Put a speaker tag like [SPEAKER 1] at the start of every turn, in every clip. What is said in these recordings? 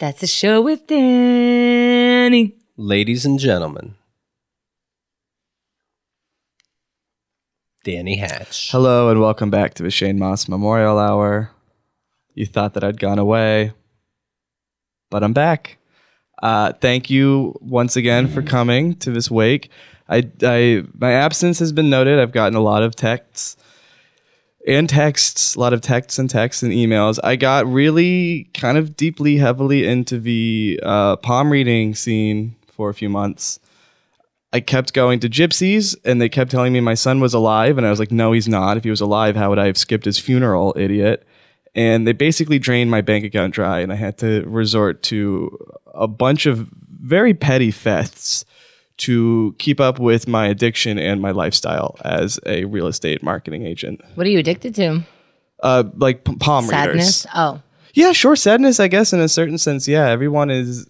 [SPEAKER 1] That's a show with Danny.
[SPEAKER 2] Ladies and gentlemen, Danny Hatch.
[SPEAKER 3] Hello and welcome back to the Shane Moss Memorial Hour. You thought that I'd gone away, but I'm back. Uh, thank you once again for coming to this wake. I, I, my absence has been noted. I've gotten a lot of texts and texts, a lot of texts and texts and emails. I got really kind of deeply, heavily into the uh, palm reading scene for a few months. I kept going to gypsies and they kept telling me my son was alive. And I was like, no, he's not. If he was alive, how would I have skipped his funeral, idiot? And they basically drained my bank account dry. And I had to resort to a bunch of very petty thefts to keep up with my addiction and my lifestyle as a real estate marketing agent.
[SPEAKER 1] What are you addicted to?
[SPEAKER 3] Uh, like p- palm readers.
[SPEAKER 1] Sadness. Oh,
[SPEAKER 3] Yeah, sure. Sadness, I guess, in a certain sense. Yeah, everyone is.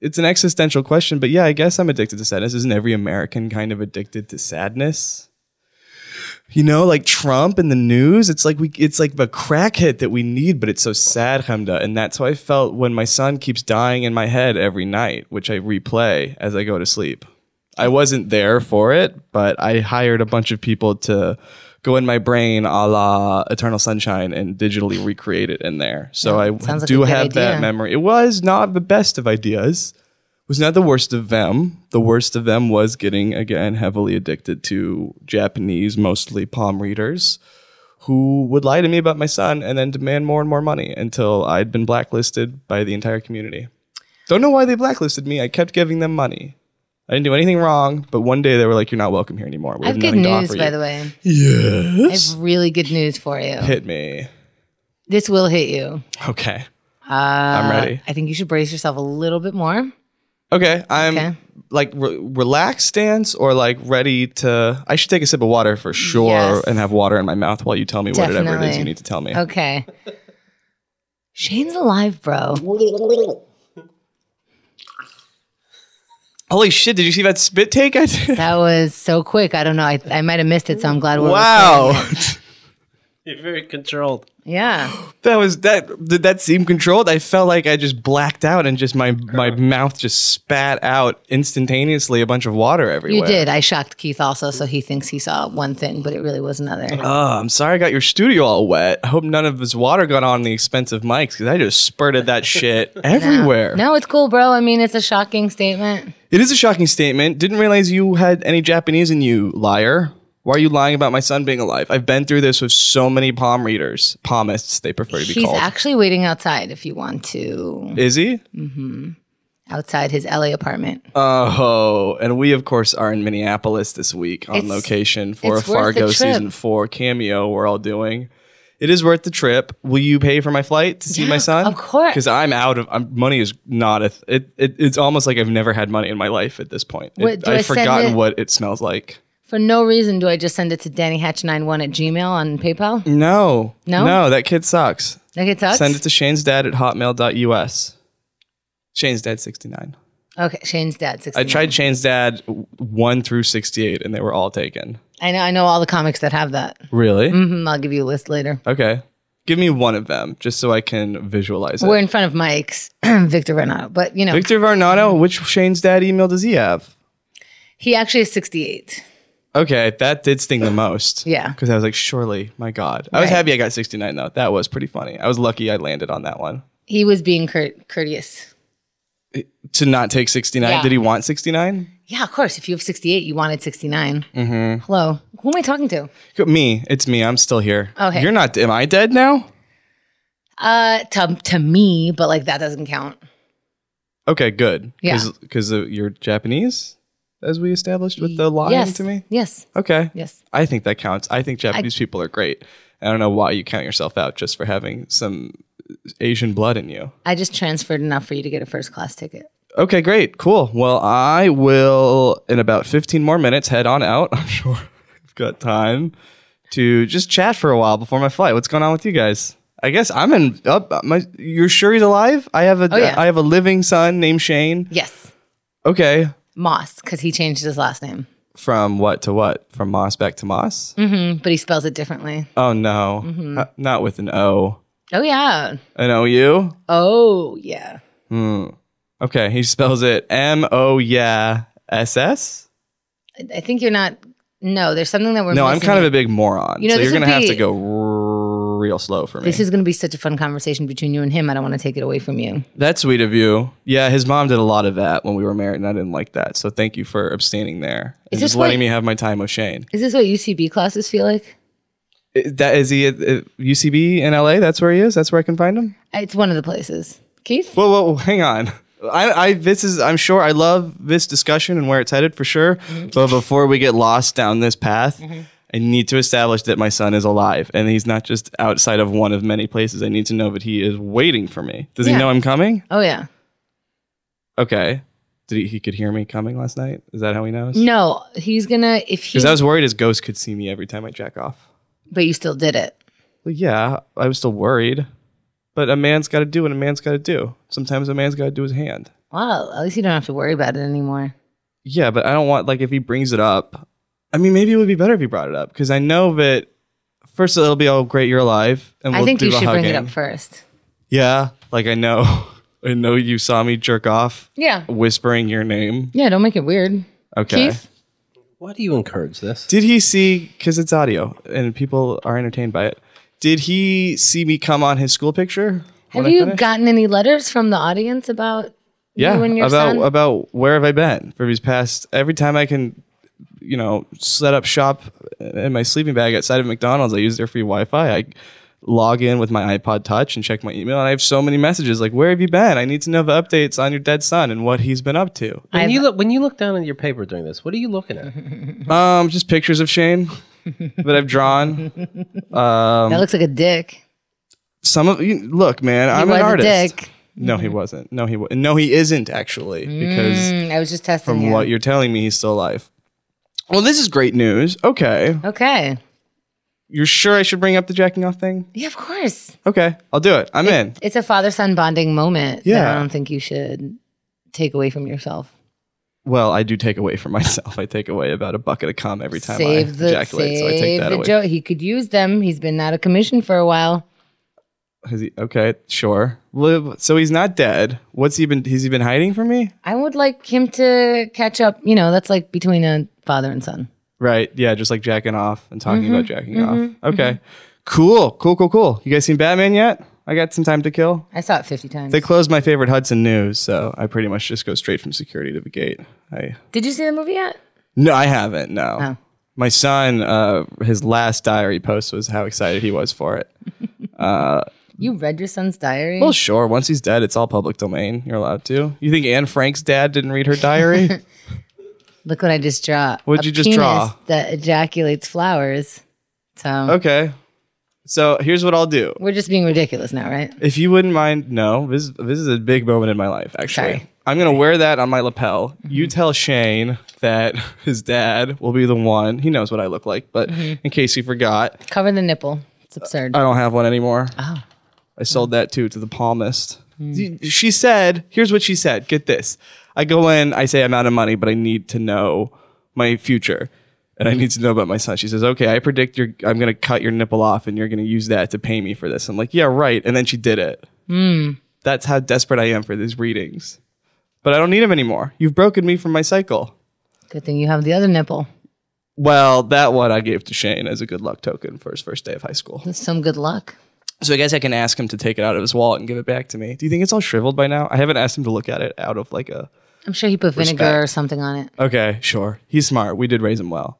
[SPEAKER 3] It's an existential question, but yeah, I guess I'm addicted to sadness. Isn't every American kind of addicted to sadness? You know, like Trump and the news, it's like we, it's like the crack hit that we need, but it's so sad, Hamda. And that's how I felt when my son keeps dying in my head every night, which I replay as I go to sleep. I wasn't there for it, but I hired a bunch of people to go in my brain a la Eternal Sunshine and digitally recreate it in there. So I
[SPEAKER 1] sounds like a
[SPEAKER 3] do
[SPEAKER 1] good
[SPEAKER 3] have
[SPEAKER 1] idea.
[SPEAKER 3] that memory. It was not the best of ideas. It was not the worst of them. The worst of them was getting again heavily addicted to Japanese, mostly palm readers, who would lie to me about my son and then demand more and more money until I'd been blacklisted by the entire community. Don't know why they blacklisted me. I kept giving them money. I didn't do anything wrong, but one day they were like, "You're not welcome here anymore." We
[SPEAKER 1] I
[SPEAKER 3] have
[SPEAKER 1] have good
[SPEAKER 3] nothing to
[SPEAKER 1] news,
[SPEAKER 3] offer
[SPEAKER 1] by
[SPEAKER 3] you."
[SPEAKER 1] the way. I
[SPEAKER 3] Yes.
[SPEAKER 1] have really good news for you.
[SPEAKER 3] Hit me.
[SPEAKER 1] This will hit you.
[SPEAKER 3] Okay.
[SPEAKER 1] Uh, I'm
[SPEAKER 3] ready.
[SPEAKER 1] I think you should brace yourself a little bit more.
[SPEAKER 3] Okay. I'm
[SPEAKER 1] Okay.
[SPEAKER 3] like re- relaxed stance or like ready to. I should take a sip of water for sure
[SPEAKER 1] Yes.
[SPEAKER 3] and have water in my mouth while you tell me whatever it is
[SPEAKER 1] Definitely.
[SPEAKER 3] you need to tell me.
[SPEAKER 1] Okay. Shane's alive, bro.
[SPEAKER 3] Holy shit! Did you see that spit take I did?
[SPEAKER 1] That was so quick. I don't know. I, I might have missed it, so I'm glad we're recording
[SPEAKER 3] Wow,
[SPEAKER 2] You're very controlled.
[SPEAKER 1] it. Yeah.
[SPEAKER 3] that was that. Did that seem controlled? I felt like I just blacked out and just my my mouth just spat out instantaneously a bunch of water everywhere.
[SPEAKER 1] You did. I shocked Keith also, so he thinks he saw one thing, but it really was another.
[SPEAKER 3] Oh, I'm sorry I got your studio all wet. I hope none of this water got on the expensive mics because I just spurted that shit everywhere.
[SPEAKER 1] No, it's cool, bro. I mean, it's a shocking statement.
[SPEAKER 3] It is a shocking statement. Didn't realize you had any Japanese in you, liar. Why are you lying about my son being alive? I've been through this with so many palm readers, palmists, they prefer to be
[SPEAKER 1] He's
[SPEAKER 3] called.
[SPEAKER 1] actually waiting outside if you want to,
[SPEAKER 3] is he?
[SPEAKER 1] outside his LA apartment.
[SPEAKER 3] Oh, and we, of course, are in Minneapolis this week on
[SPEAKER 1] It's-
[SPEAKER 3] location for a
[SPEAKER 1] it's worth the
[SPEAKER 3] Fargo
[SPEAKER 1] trip.
[SPEAKER 3] season four cameo we're all doing. It is worth the trip. Will you pay for my flight to see my son?
[SPEAKER 1] of course.
[SPEAKER 3] Because I'm out of I'm, money. Is not a th- it, it. It's almost like I've never had money in my life at this point. It-
[SPEAKER 1] What, do I
[SPEAKER 3] I've
[SPEAKER 1] send
[SPEAKER 3] forgotten
[SPEAKER 1] it-
[SPEAKER 3] what it smells like.
[SPEAKER 1] For no reason, do I just send it to DannyHatch91 at Gmail on PayPal?
[SPEAKER 3] No,
[SPEAKER 1] No?
[SPEAKER 3] no. That kid sucks.
[SPEAKER 1] Like it sucks?
[SPEAKER 3] Send it to Shane's dad at hotmail.us. Shane's dad 69.
[SPEAKER 1] okay, Shane's dad. 69.
[SPEAKER 3] I tried Shane's dad w- 1 through 68 and they were all taken.
[SPEAKER 1] I know. I know all the comics that have that.
[SPEAKER 3] Really?
[SPEAKER 1] hmm I'll give you a list later.
[SPEAKER 3] Okay. Give me one of them just so I can visualize it.
[SPEAKER 1] We're in front of Mike's Victor Renato, but you know
[SPEAKER 3] Victor Varnano, which Shane's dad email does he have?
[SPEAKER 1] he actually is 68.
[SPEAKER 3] Okay, that did sting the most.
[SPEAKER 1] Yeah.
[SPEAKER 3] Because I was like, surely, my God. I was
[SPEAKER 1] Right.
[SPEAKER 3] happy I got 69, though. That was pretty funny. I was lucky I landed on that one.
[SPEAKER 1] He was being court- courteous.
[SPEAKER 3] To not take 69,
[SPEAKER 1] Yeah.
[SPEAKER 3] did he want 69?
[SPEAKER 1] Yeah, of course. If you have 68, you wanted 69.
[SPEAKER 3] Mm-hmm.
[SPEAKER 1] Hello, who am I talking to?
[SPEAKER 3] Me. It's me. I'm still here.
[SPEAKER 1] Oh, hey.
[SPEAKER 3] You're not, am I dead now?
[SPEAKER 1] Uh, to to me, but like that doesn't count.
[SPEAKER 3] Okay, good.
[SPEAKER 1] Yeah.
[SPEAKER 3] Because you're Japanese, as we established with the lying
[SPEAKER 1] yes,
[SPEAKER 3] to me.
[SPEAKER 1] yes,
[SPEAKER 3] Okay.
[SPEAKER 1] yes.
[SPEAKER 3] I think that counts. I think Japanese people are great. I don't know why you count yourself out just for having some Asian blood in you.
[SPEAKER 1] I just transferred enough for you to get a first class ticket.
[SPEAKER 3] Okay, great. Cool. Well, I will, in about 15 more minutes, head on out. I'm sure I've got time to just chat for a while before my flight. What's going on with you guys? I guess I'm in up. uh, my, you're sure he's alive? I have a I
[SPEAKER 1] Oh, yeah.
[SPEAKER 3] have a living son named Shane.
[SPEAKER 1] Yes,
[SPEAKER 3] Okay,
[SPEAKER 1] Moss, because he changed his last name,
[SPEAKER 3] from what to what? From Moss back to Moss?
[SPEAKER 1] Mm, Mm-hmm. but he spells it differently.
[SPEAKER 3] Oh no, N- not with an O.
[SPEAKER 1] Oh yeah,
[SPEAKER 3] An OU?
[SPEAKER 1] oh yeah.
[SPEAKER 3] Okay, he spells it M O yeah S S.
[SPEAKER 1] I, I think you're not. No, there's something that we're.
[SPEAKER 3] No, I'm
[SPEAKER 1] missing
[SPEAKER 3] kind of
[SPEAKER 1] here.
[SPEAKER 3] a big moron.
[SPEAKER 1] You know,
[SPEAKER 3] so
[SPEAKER 1] this
[SPEAKER 3] you're gonna
[SPEAKER 1] would
[SPEAKER 3] have
[SPEAKER 1] be-
[SPEAKER 3] to go r- real slow for me.
[SPEAKER 1] This is going to be such a fun conversation between you and him. I don't want to take it away from you.
[SPEAKER 3] That's sweet of you. Yeah, his mom did a lot of that when we were married, and I didn't like that. So thank you for abstaining there and
[SPEAKER 1] Is
[SPEAKER 3] just
[SPEAKER 1] this what-
[SPEAKER 3] letting me have my time with Shane.
[SPEAKER 1] Is this what UCB classes feel like?
[SPEAKER 3] I- That is he at uh, UCB in LA? That's where he is. That's where I can find him.
[SPEAKER 1] It's one of the places. Keith?
[SPEAKER 3] Whoa, whoa, whoa, hang on. I, I, this is, I'm sure I love this discussion and where it's headed for sure.
[SPEAKER 1] Mm-hmm.
[SPEAKER 3] But before we get lost down this path, I need to establish that my son is alive and he's not just outside of one of many places. I need to know that he is waiting for me. Does he
[SPEAKER 1] Yeah.
[SPEAKER 3] know I'm coming?
[SPEAKER 1] Oh, yeah.
[SPEAKER 3] Okay. Did he, he could hear me coming last night? Is that how he knows?
[SPEAKER 1] No, he's going to, if he,
[SPEAKER 3] Because I was worried his ghost could see me every time I jack off.
[SPEAKER 1] but you still did it.
[SPEAKER 3] Well, yeah, I was still worried. But a man's got to do what a man's got to do. Sometimes a man's got to do his hand.
[SPEAKER 1] Well, at least you don't have to worry about it anymore.
[SPEAKER 3] Yeah, but I don't want like if he brings it up. I mean, maybe it would be better if he brought it up because I know that first it'll be all great. You're alive, and we'll
[SPEAKER 1] I think
[SPEAKER 3] do
[SPEAKER 1] you
[SPEAKER 3] the
[SPEAKER 1] should
[SPEAKER 3] hugging.
[SPEAKER 1] bring it up first.
[SPEAKER 3] Yeah, like I know, I know you saw me jerk off,
[SPEAKER 1] Yeah.
[SPEAKER 3] whispering your name.
[SPEAKER 1] Yeah, don't make it weird.
[SPEAKER 3] Okay.
[SPEAKER 1] Keith?
[SPEAKER 2] Why do you encourage this?
[SPEAKER 3] Did he see? Because it's audio and people are entertained by it. Did he see me come on his school picture? when
[SPEAKER 1] Have
[SPEAKER 3] I
[SPEAKER 1] you
[SPEAKER 3] finished?
[SPEAKER 1] gotten any letters from the audience about
[SPEAKER 3] yeah,
[SPEAKER 1] you and your
[SPEAKER 3] about
[SPEAKER 1] son?
[SPEAKER 3] about where have I been for these past every time I can, you know, set up shop in my sleeping bag outside of McDonald's. I use their free Wi-Fi. I log in with my iPod Touch and check my email, and I have so many messages like, "Where have you been? I need to know the updates on your dead son and what he's been up to."
[SPEAKER 2] When
[SPEAKER 1] I've-
[SPEAKER 2] you look when you look down at your paper during this, what are you looking at?
[SPEAKER 3] Um, just pictures of Shane that I've drawn. Um,
[SPEAKER 1] that looks like a dick.
[SPEAKER 3] Some of you look, man,
[SPEAKER 1] He
[SPEAKER 3] I'm
[SPEAKER 1] was
[SPEAKER 3] an artist.
[SPEAKER 1] a dick.
[SPEAKER 3] No, he wasn't. No, he wa- no, he isn't actually because.
[SPEAKER 1] Mm, I was just testing
[SPEAKER 3] from
[SPEAKER 1] you.
[SPEAKER 3] what you're telling me he's still alive. Well, this is great news. Okay.
[SPEAKER 1] okay.
[SPEAKER 3] You're sure I should bring up the jacking off thing?
[SPEAKER 1] Yeah, of course.
[SPEAKER 3] Okay, I'll do it. I'm in.
[SPEAKER 1] It's a father son bonding moment that
[SPEAKER 3] Yeah.
[SPEAKER 1] I don't think you should take away from yourself.
[SPEAKER 3] Well, I do take away from myself. I take away about a bucket of cum every time I
[SPEAKER 1] Save the save
[SPEAKER 3] ejaculate, so I take that
[SPEAKER 1] the
[SPEAKER 3] away.
[SPEAKER 1] joke. He could use them. He's been out of commission for a while.
[SPEAKER 3] Has he, okay, sure. Well, So he's not dead. What's he been? Has he been hiding from me?
[SPEAKER 1] I would like him to catch up. You know, that's like between a father and son.
[SPEAKER 3] Right. Yeah, just like jacking off and talking
[SPEAKER 1] Mm-hmm,
[SPEAKER 3] about jacking off. Okay. Cool. Cool. Cool. Cool. You guys seen Batman yet? I got some time to kill.
[SPEAKER 1] I saw it fifty times.
[SPEAKER 3] They closed my favorite Hudson News, so I pretty much just go straight from security to the gate. I
[SPEAKER 1] Did you see the movie yet?
[SPEAKER 3] no, I haven't. No,
[SPEAKER 1] Oh.
[SPEAKER 3] my son, uh, his last diary post was how excited he was for it.
[SPEAKER 1] You read your son's diary?
[SPEAKER 3] Well, sure. Once he's dead, it's all public domain. You're allowed to. You think Anne Frank's dad didn't read her diary?
[SPEAKER 1] Look what I just draw.
[SPEAKER 3] What'd
[SPEAKER 1] A
[SPEAKER 3] you just
[SPEAKER 1] penis
[SPEAKER 3] draw?
[SPEAKER 1] That ejaculates flowers. So
[SPEAKER 3] okay. So here's what I'll do.
[SPEAKER 1] we're just being ridiculous now, right?
[SPEAKER 3] If you wouldn't mind, no, this this is a big moment in my life. Actually,
[SPEAKER 1] Sorry.
[SPEAKER 3] I'm gonna wear that on my lapel. You tell Shane that his dad will be the one. He knows what I look like, but in case he forgot,
[SPEAKER 1] Cover the nipple. It's absurd.
[SPEAKER 3] I don't have one anymore.
[SPEAKER 1] Oh.
[SPEAKER 3] I sold that too to the palmist. She said, here's what she said. Get this. I go in, I say I'm out of money, but I need to know my future. And I need to know about my son. She says, Okay, I predict you're I'm gonna cut your nipple off and you're gonna use that to pay me for this. I'm like, Yeah, right. And then she did it. That's how desperate I am for these readings. But I don't need them anymore. You've broken me from my cycle.
[SPEAKER 1] Good thing you have the other nipple.
[SPEAKER 3] Well, that one I gave to Shane as a good luck token for his first day of high school.
[SPEAKER 1] Some good luck.
[SPEAKER 3] So I guess I can ask him to take it out of his wallet and give it back to me. Do you think it's all shriveled by now? I haven't asked him to look at it out of like a.
[SPEAKER 1] I'm sure he put vinegar
[SPEAKER 3] Respect.
[SPEAKER 1] or something on it.
[SPEAKER 3] Okay, sure. He's smart. We did raise him well.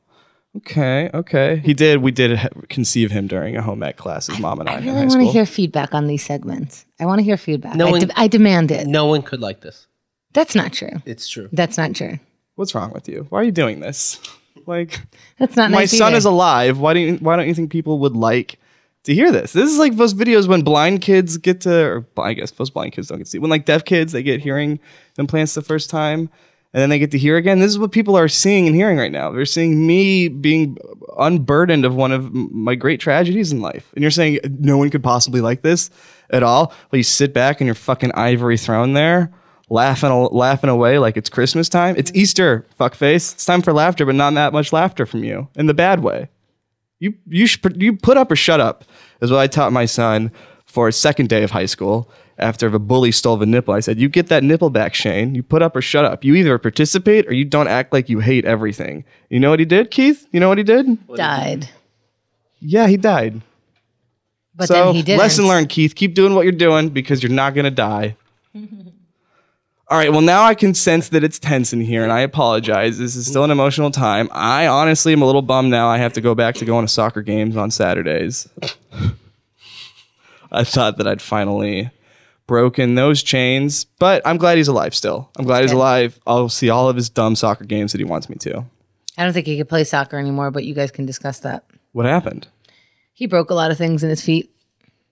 [SPEAKER 3] Okay, okay. He did. We did ha- conceive him during a home ec class. His mom and I,
[SPEAKER 1] I
[SPEAKER 3] in
[SPEAKER 1] really
[SPEAKER 3] high
[SPEAKER 1] want to
[SPEAKER 3] school.
[SPEAKER 1] hear feedback on these segments. I want to hear feedback.
[SPEAKER 2] No
[SPEAKER 1] I,
[SPEAKER 2] one-
[SPEAKER 1] de- I demand it.
[SPEAKER 2] No one could like this.
[SPEAKER 1] That's not true.
[SPEAKER 2] It's true.
[SPEAKER 1] That's not true.
[SPEAKER 3] What's wrong with you? Why are you doing this? Like,
[SPEAKER 1] That's not
[SPEAKER 3] my
[SPEAKER 1] nice
[SPEAKER 3] son
[SPEAKER 1] either.
[SPEAKER 3] is alive. Why don't you, Why don't you think people would like to hear this? This is like those videos when blind kids get to, or bl- I guess those blind kids don't get to see. When like deaf kids, they get hearing implants the first time, and then they get to hear again. This is what people are seeing and hearing right now. They're seeing me being unburdened of one of m- my great tragedies in life, and you're saying no one could possibly like this at all. Well, you sit back in your fucking ivory throne there. Laughing, al- laughing away like it's Christmas time. It's Easter, fuckface. It's time for laughter, but not that much laughter from you in the bad way. You you sh- you put up or shut up is what I taught my son for his second day of high school, after a bully stole the nipple. I said, You get that nipple back, Shane. You put up or shut up. You either participate or you don't act like you hate everything. You know what he did, Keith? You know what he did?
[SPEAKER 1] died.
[SPEAKER 3] Yeah, he died.
[SPEAKER 1] But
[SPEAKER 3] so,
[SPEAKER 1] then he didn't.
[SPEAKER 3] lesson learned, Keith. Keep doing what you're doing because you're not going to die. All right, well, now I can sense that it's tense in here, and I apologize. This is still an emotional time. I honestly am a little bummed now. I have to go back to going to soccer games on Saturdays. I thought that I'd finally broken those chains, but I'm glad he's alive still. I'm glad he's
[SPEAKER 1] good.
[SPEAKER 3] alive. I'll see all of his dumb soccer games that he wants me to.
[SPEAKER 1] I don't think he could play soccer anymore, but you guys can discuss that.
[SPEAKER 3] What happened?
[SPEAKER 1] He broke a lot of things in his feet.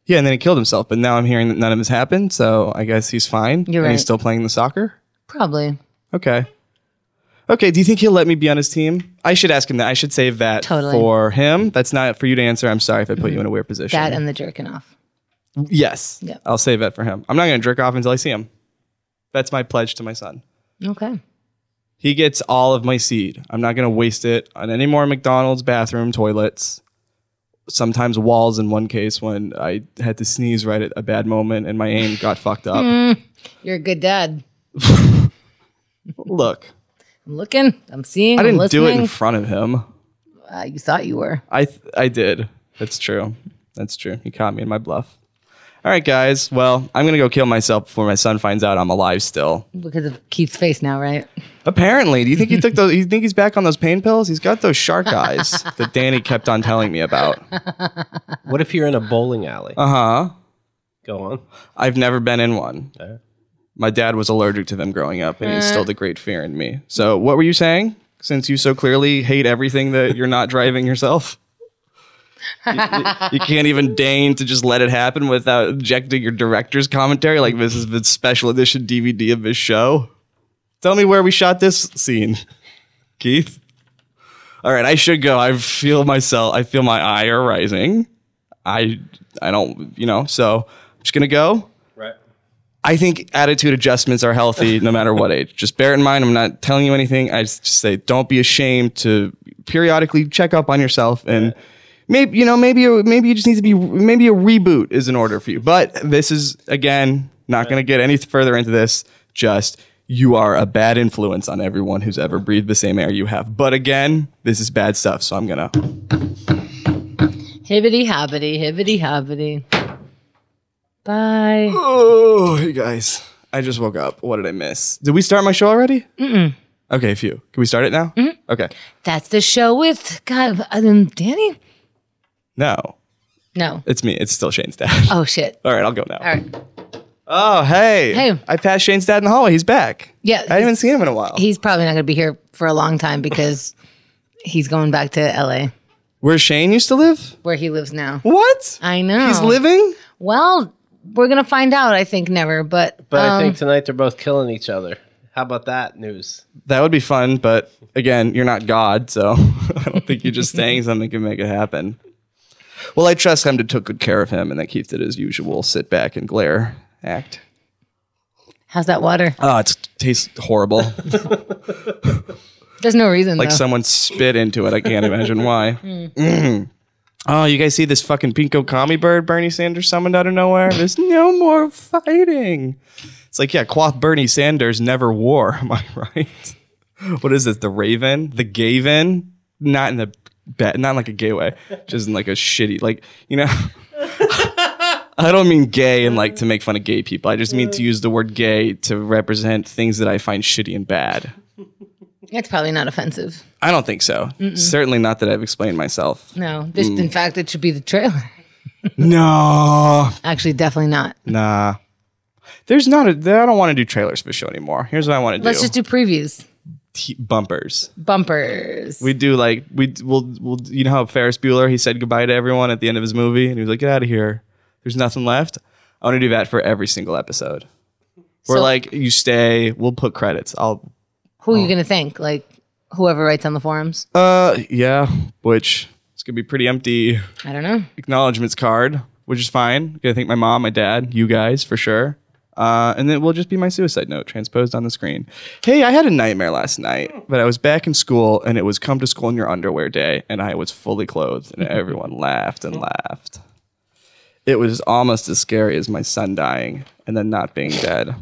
[SPEAKER 3] Yeah, and then he killed himself. But now I'm hearing that none of this happened, so I guess he's fine.
[SPEAKER 1] You're
[SPEAKER 3] and
[SPEAKER 1] right.
[SPEAKER 3] he's still playing the soccer.
[SPEAKER 1] Probably.
[SPEAKER 3] Okay. Okay. Do you think he'll let me be on his team? I should ask him that. I should save that
[SPEAKER 1] Totally.
[SPEAKER 3] for him. That's not for you to answer. I'm sorry if I put you in a weird position.
[SPEAKER 1] That and the jerking off.
[SPEAKER 3] yes.
[SPEAKER 1] Yeah.
[SPEAKER 3] I'll save that for him. I'm not going to jerk off until I see him. That's my pledge to my son.
[SPEAKER 1] Okay.
[SPEAKER 3] He gets all of my seed. I'm not going to waste it on any more McDonald's bathroom toilets. Sometimes walls in one case when I had to sneeze right at a bad moment and my aim got fucked up.
[SPEAKER 1] You're a good dad.
[SPEAKER 3] Look,
[SPEAKER 1] I'm looking. I'm seeing.
[SPEAKER 3] I
[SPEAKER 1] I
[SPEAKER 3] didn't
[SPEAKER 1] am
[SPEAKER 3] do it in
[SPEAKER 1] listening.
[SPEAKER 3] front of him.
[SPEAKER 1] uh, you thought you were.
[SPEAKER 3] I th- I did. That's true. That's true. You caught me in my bluff. All right, guys. Well, I'm gonna go kill myself before my son finds out I'm alive still.
[SPEAKER 1] Because of Keith's face now, right?
[SPEAKER 3] Apparently, do you think he took those? You think he's back on those pain pills? He's got those shark eyes that Danny kept on telling me about.
[SPEAKER 2] What if you're in a bowling alley?
[SPEAKER 3] Uh huh.
[SPEAKER 2] Go on.
[SPEAKER 3] I've never been in one.
[SPEAKER 2] Okay.
[SPEAKER 3] My dad was allergic to them growing up, and he instilled a great fear in me. So, what were you saying? Since you so clearly hate everything that you're not driving yourself, you, you- you can't even deign to just let it happen without injecting your director's commentary. Like this is the special edition DVD of this show. Tell me where we shot this scene, Keith. All right, I should go. I feel myself. I feel my ire rising. I, I don't, you know. So I'm just gonna go.
[SPEAKER 2] Right.
[SPEAKER 3] I think attitude adjustments are healthy no matter what age. Just bear it in mind. I'm not telling you anything. I just just say don't be ashamed to periodically check up on yourself and maybe you know maybe you- maybe you just need to be maybe a reboot is in order for you. But this is again not going to get any further into this. Just you are a bad influence on everyone who's ever breathed the same air you have. But again, this is bad stuff. So I'm gonna.
[SPEAKER 1] Hibbity hobbity, hibbity hobbity. Bye.
[SPEAKER 3] Oh, you guys! I just woke up. What did I miss? Did we start my show already? Mm-mm. Okay, phew. Can we start it now?
[SPEAKER 1] Mm-hmm.
[SPEAKER 3] Okay.
[SPEAKER 1] That's the show with God. Um, Danny?
[SPEAKER 3] No,
[SPEAKER 1] No.
[SPEAKER 3] it's me. It's still Shane's dad.
[SPEAKER 1] Oh, shit.
[SPEAKER 3] All right, I'll go now.
[SPEAKER 1] All right.
[SPEAKER 3] Oh, hey.
[SPEAKER 1] Hey.
[SPEAKER 3] I passed Shane's dad in the hallway. He's back.
[SPEAKER 1] Yeah.
[SPEAKER 3] I haven't seen him in a while.
[SPEAKER 1] He's probably not going to be here for a long time because he's going back to LA
[SPEAKER 3] Where Shane used to live?
[SPEAKER 1] where he lives now.
[SPEAKER 3] What?
[SPEAKER 1] I know.
[SPEAKER 3] He's living?
[SPEAKER 1] Well, we're going to find out, I think, never. But,
[SPEAKER 2] But I
[SPEAKER 1] um,
[SPEAKER 2] think tonight they're both killing each other. How about that news?
[SPEAKER 3] That would be fun, but again, you're not God, so I don't think you're just saying something can make it happen. Well, I trust him to took good care of him and that Keith did his usual sit back and glare act.
[SPEAKER 1] how's that water?
[SPEAKER 3] Oh, it tastes horrible.
[SPEAKER 1] There's no reason.
[SPEAKER 3] like
[SPEAKER 1] though.
[SPEAKER 3] someone spit into it. I can't imagine why. Mm. Oh, you guys see this fucking pinko commie bird Bernie Sanders summoned out of nowhere? There's no more fighting. It's like, yeah, cloth Bernie Sanders never wore. Am I right? What is this? The Raven? The Gaven? Not in the bad, not in like a gay way. Just in like a shitty, like, you know. I don't mean gay and like to make fun of gay people. I just mean to use the word gay to represent things that I find shitty and bad.
[SPEAKER 1] That's probably not offensive.
[SPEAKER 3] I don't think so. Certainly not that I've explained myself.
[SPEAKER 1] No. This, In
[SPEAKER 3] Mm.
[SPEAKER 1] fact, it should be the trailer.
[SPEAKER 3] No,
[SPEAKER 1] Actually, definitely not.
[SPEAKER 3] nah. There's not a. I don't want to do trailers for the show anymore. Here's what I want to
[SPEAKER 1] Let's
[SPEAKER 3] do:
[SPEAKER 1] just do previews,
[SPEAKER 3] T- bumpers.
[SPEAKER 1] bumpers.
[SPEAKER 3] We do like we d- we'll we'll. You know how Ferris Bueller he said goodbye to everyone at the end of his movie, and he was like, "Get out of here. There's nothing left." I want to do that for every single episode. We're
[SPEAKER 1] So-
[SPEAKER 3] like, you stay. We'll put credits. I'll.
[SPEAKER 1] Who are you going to thank? Like whoever writes on the forums?
[SPEAKER 3] Oh. Uh, yeah. Which it's gonna be pretty empty.
[SPEAKER 1] I don't know.
[SPEAKER 3] acknowledgments card, which is fine. Gonna thank my mom, my dad, you guys for sure. Uh, and then it will just be my suicide note transposed on the screen. Hey, I had a nightmare last night, but I was back in school and it was come to school in your underwear day, and I was fully clothed, and everyone laughed and laughed. it was almost as scary as my son dying and then not being dead.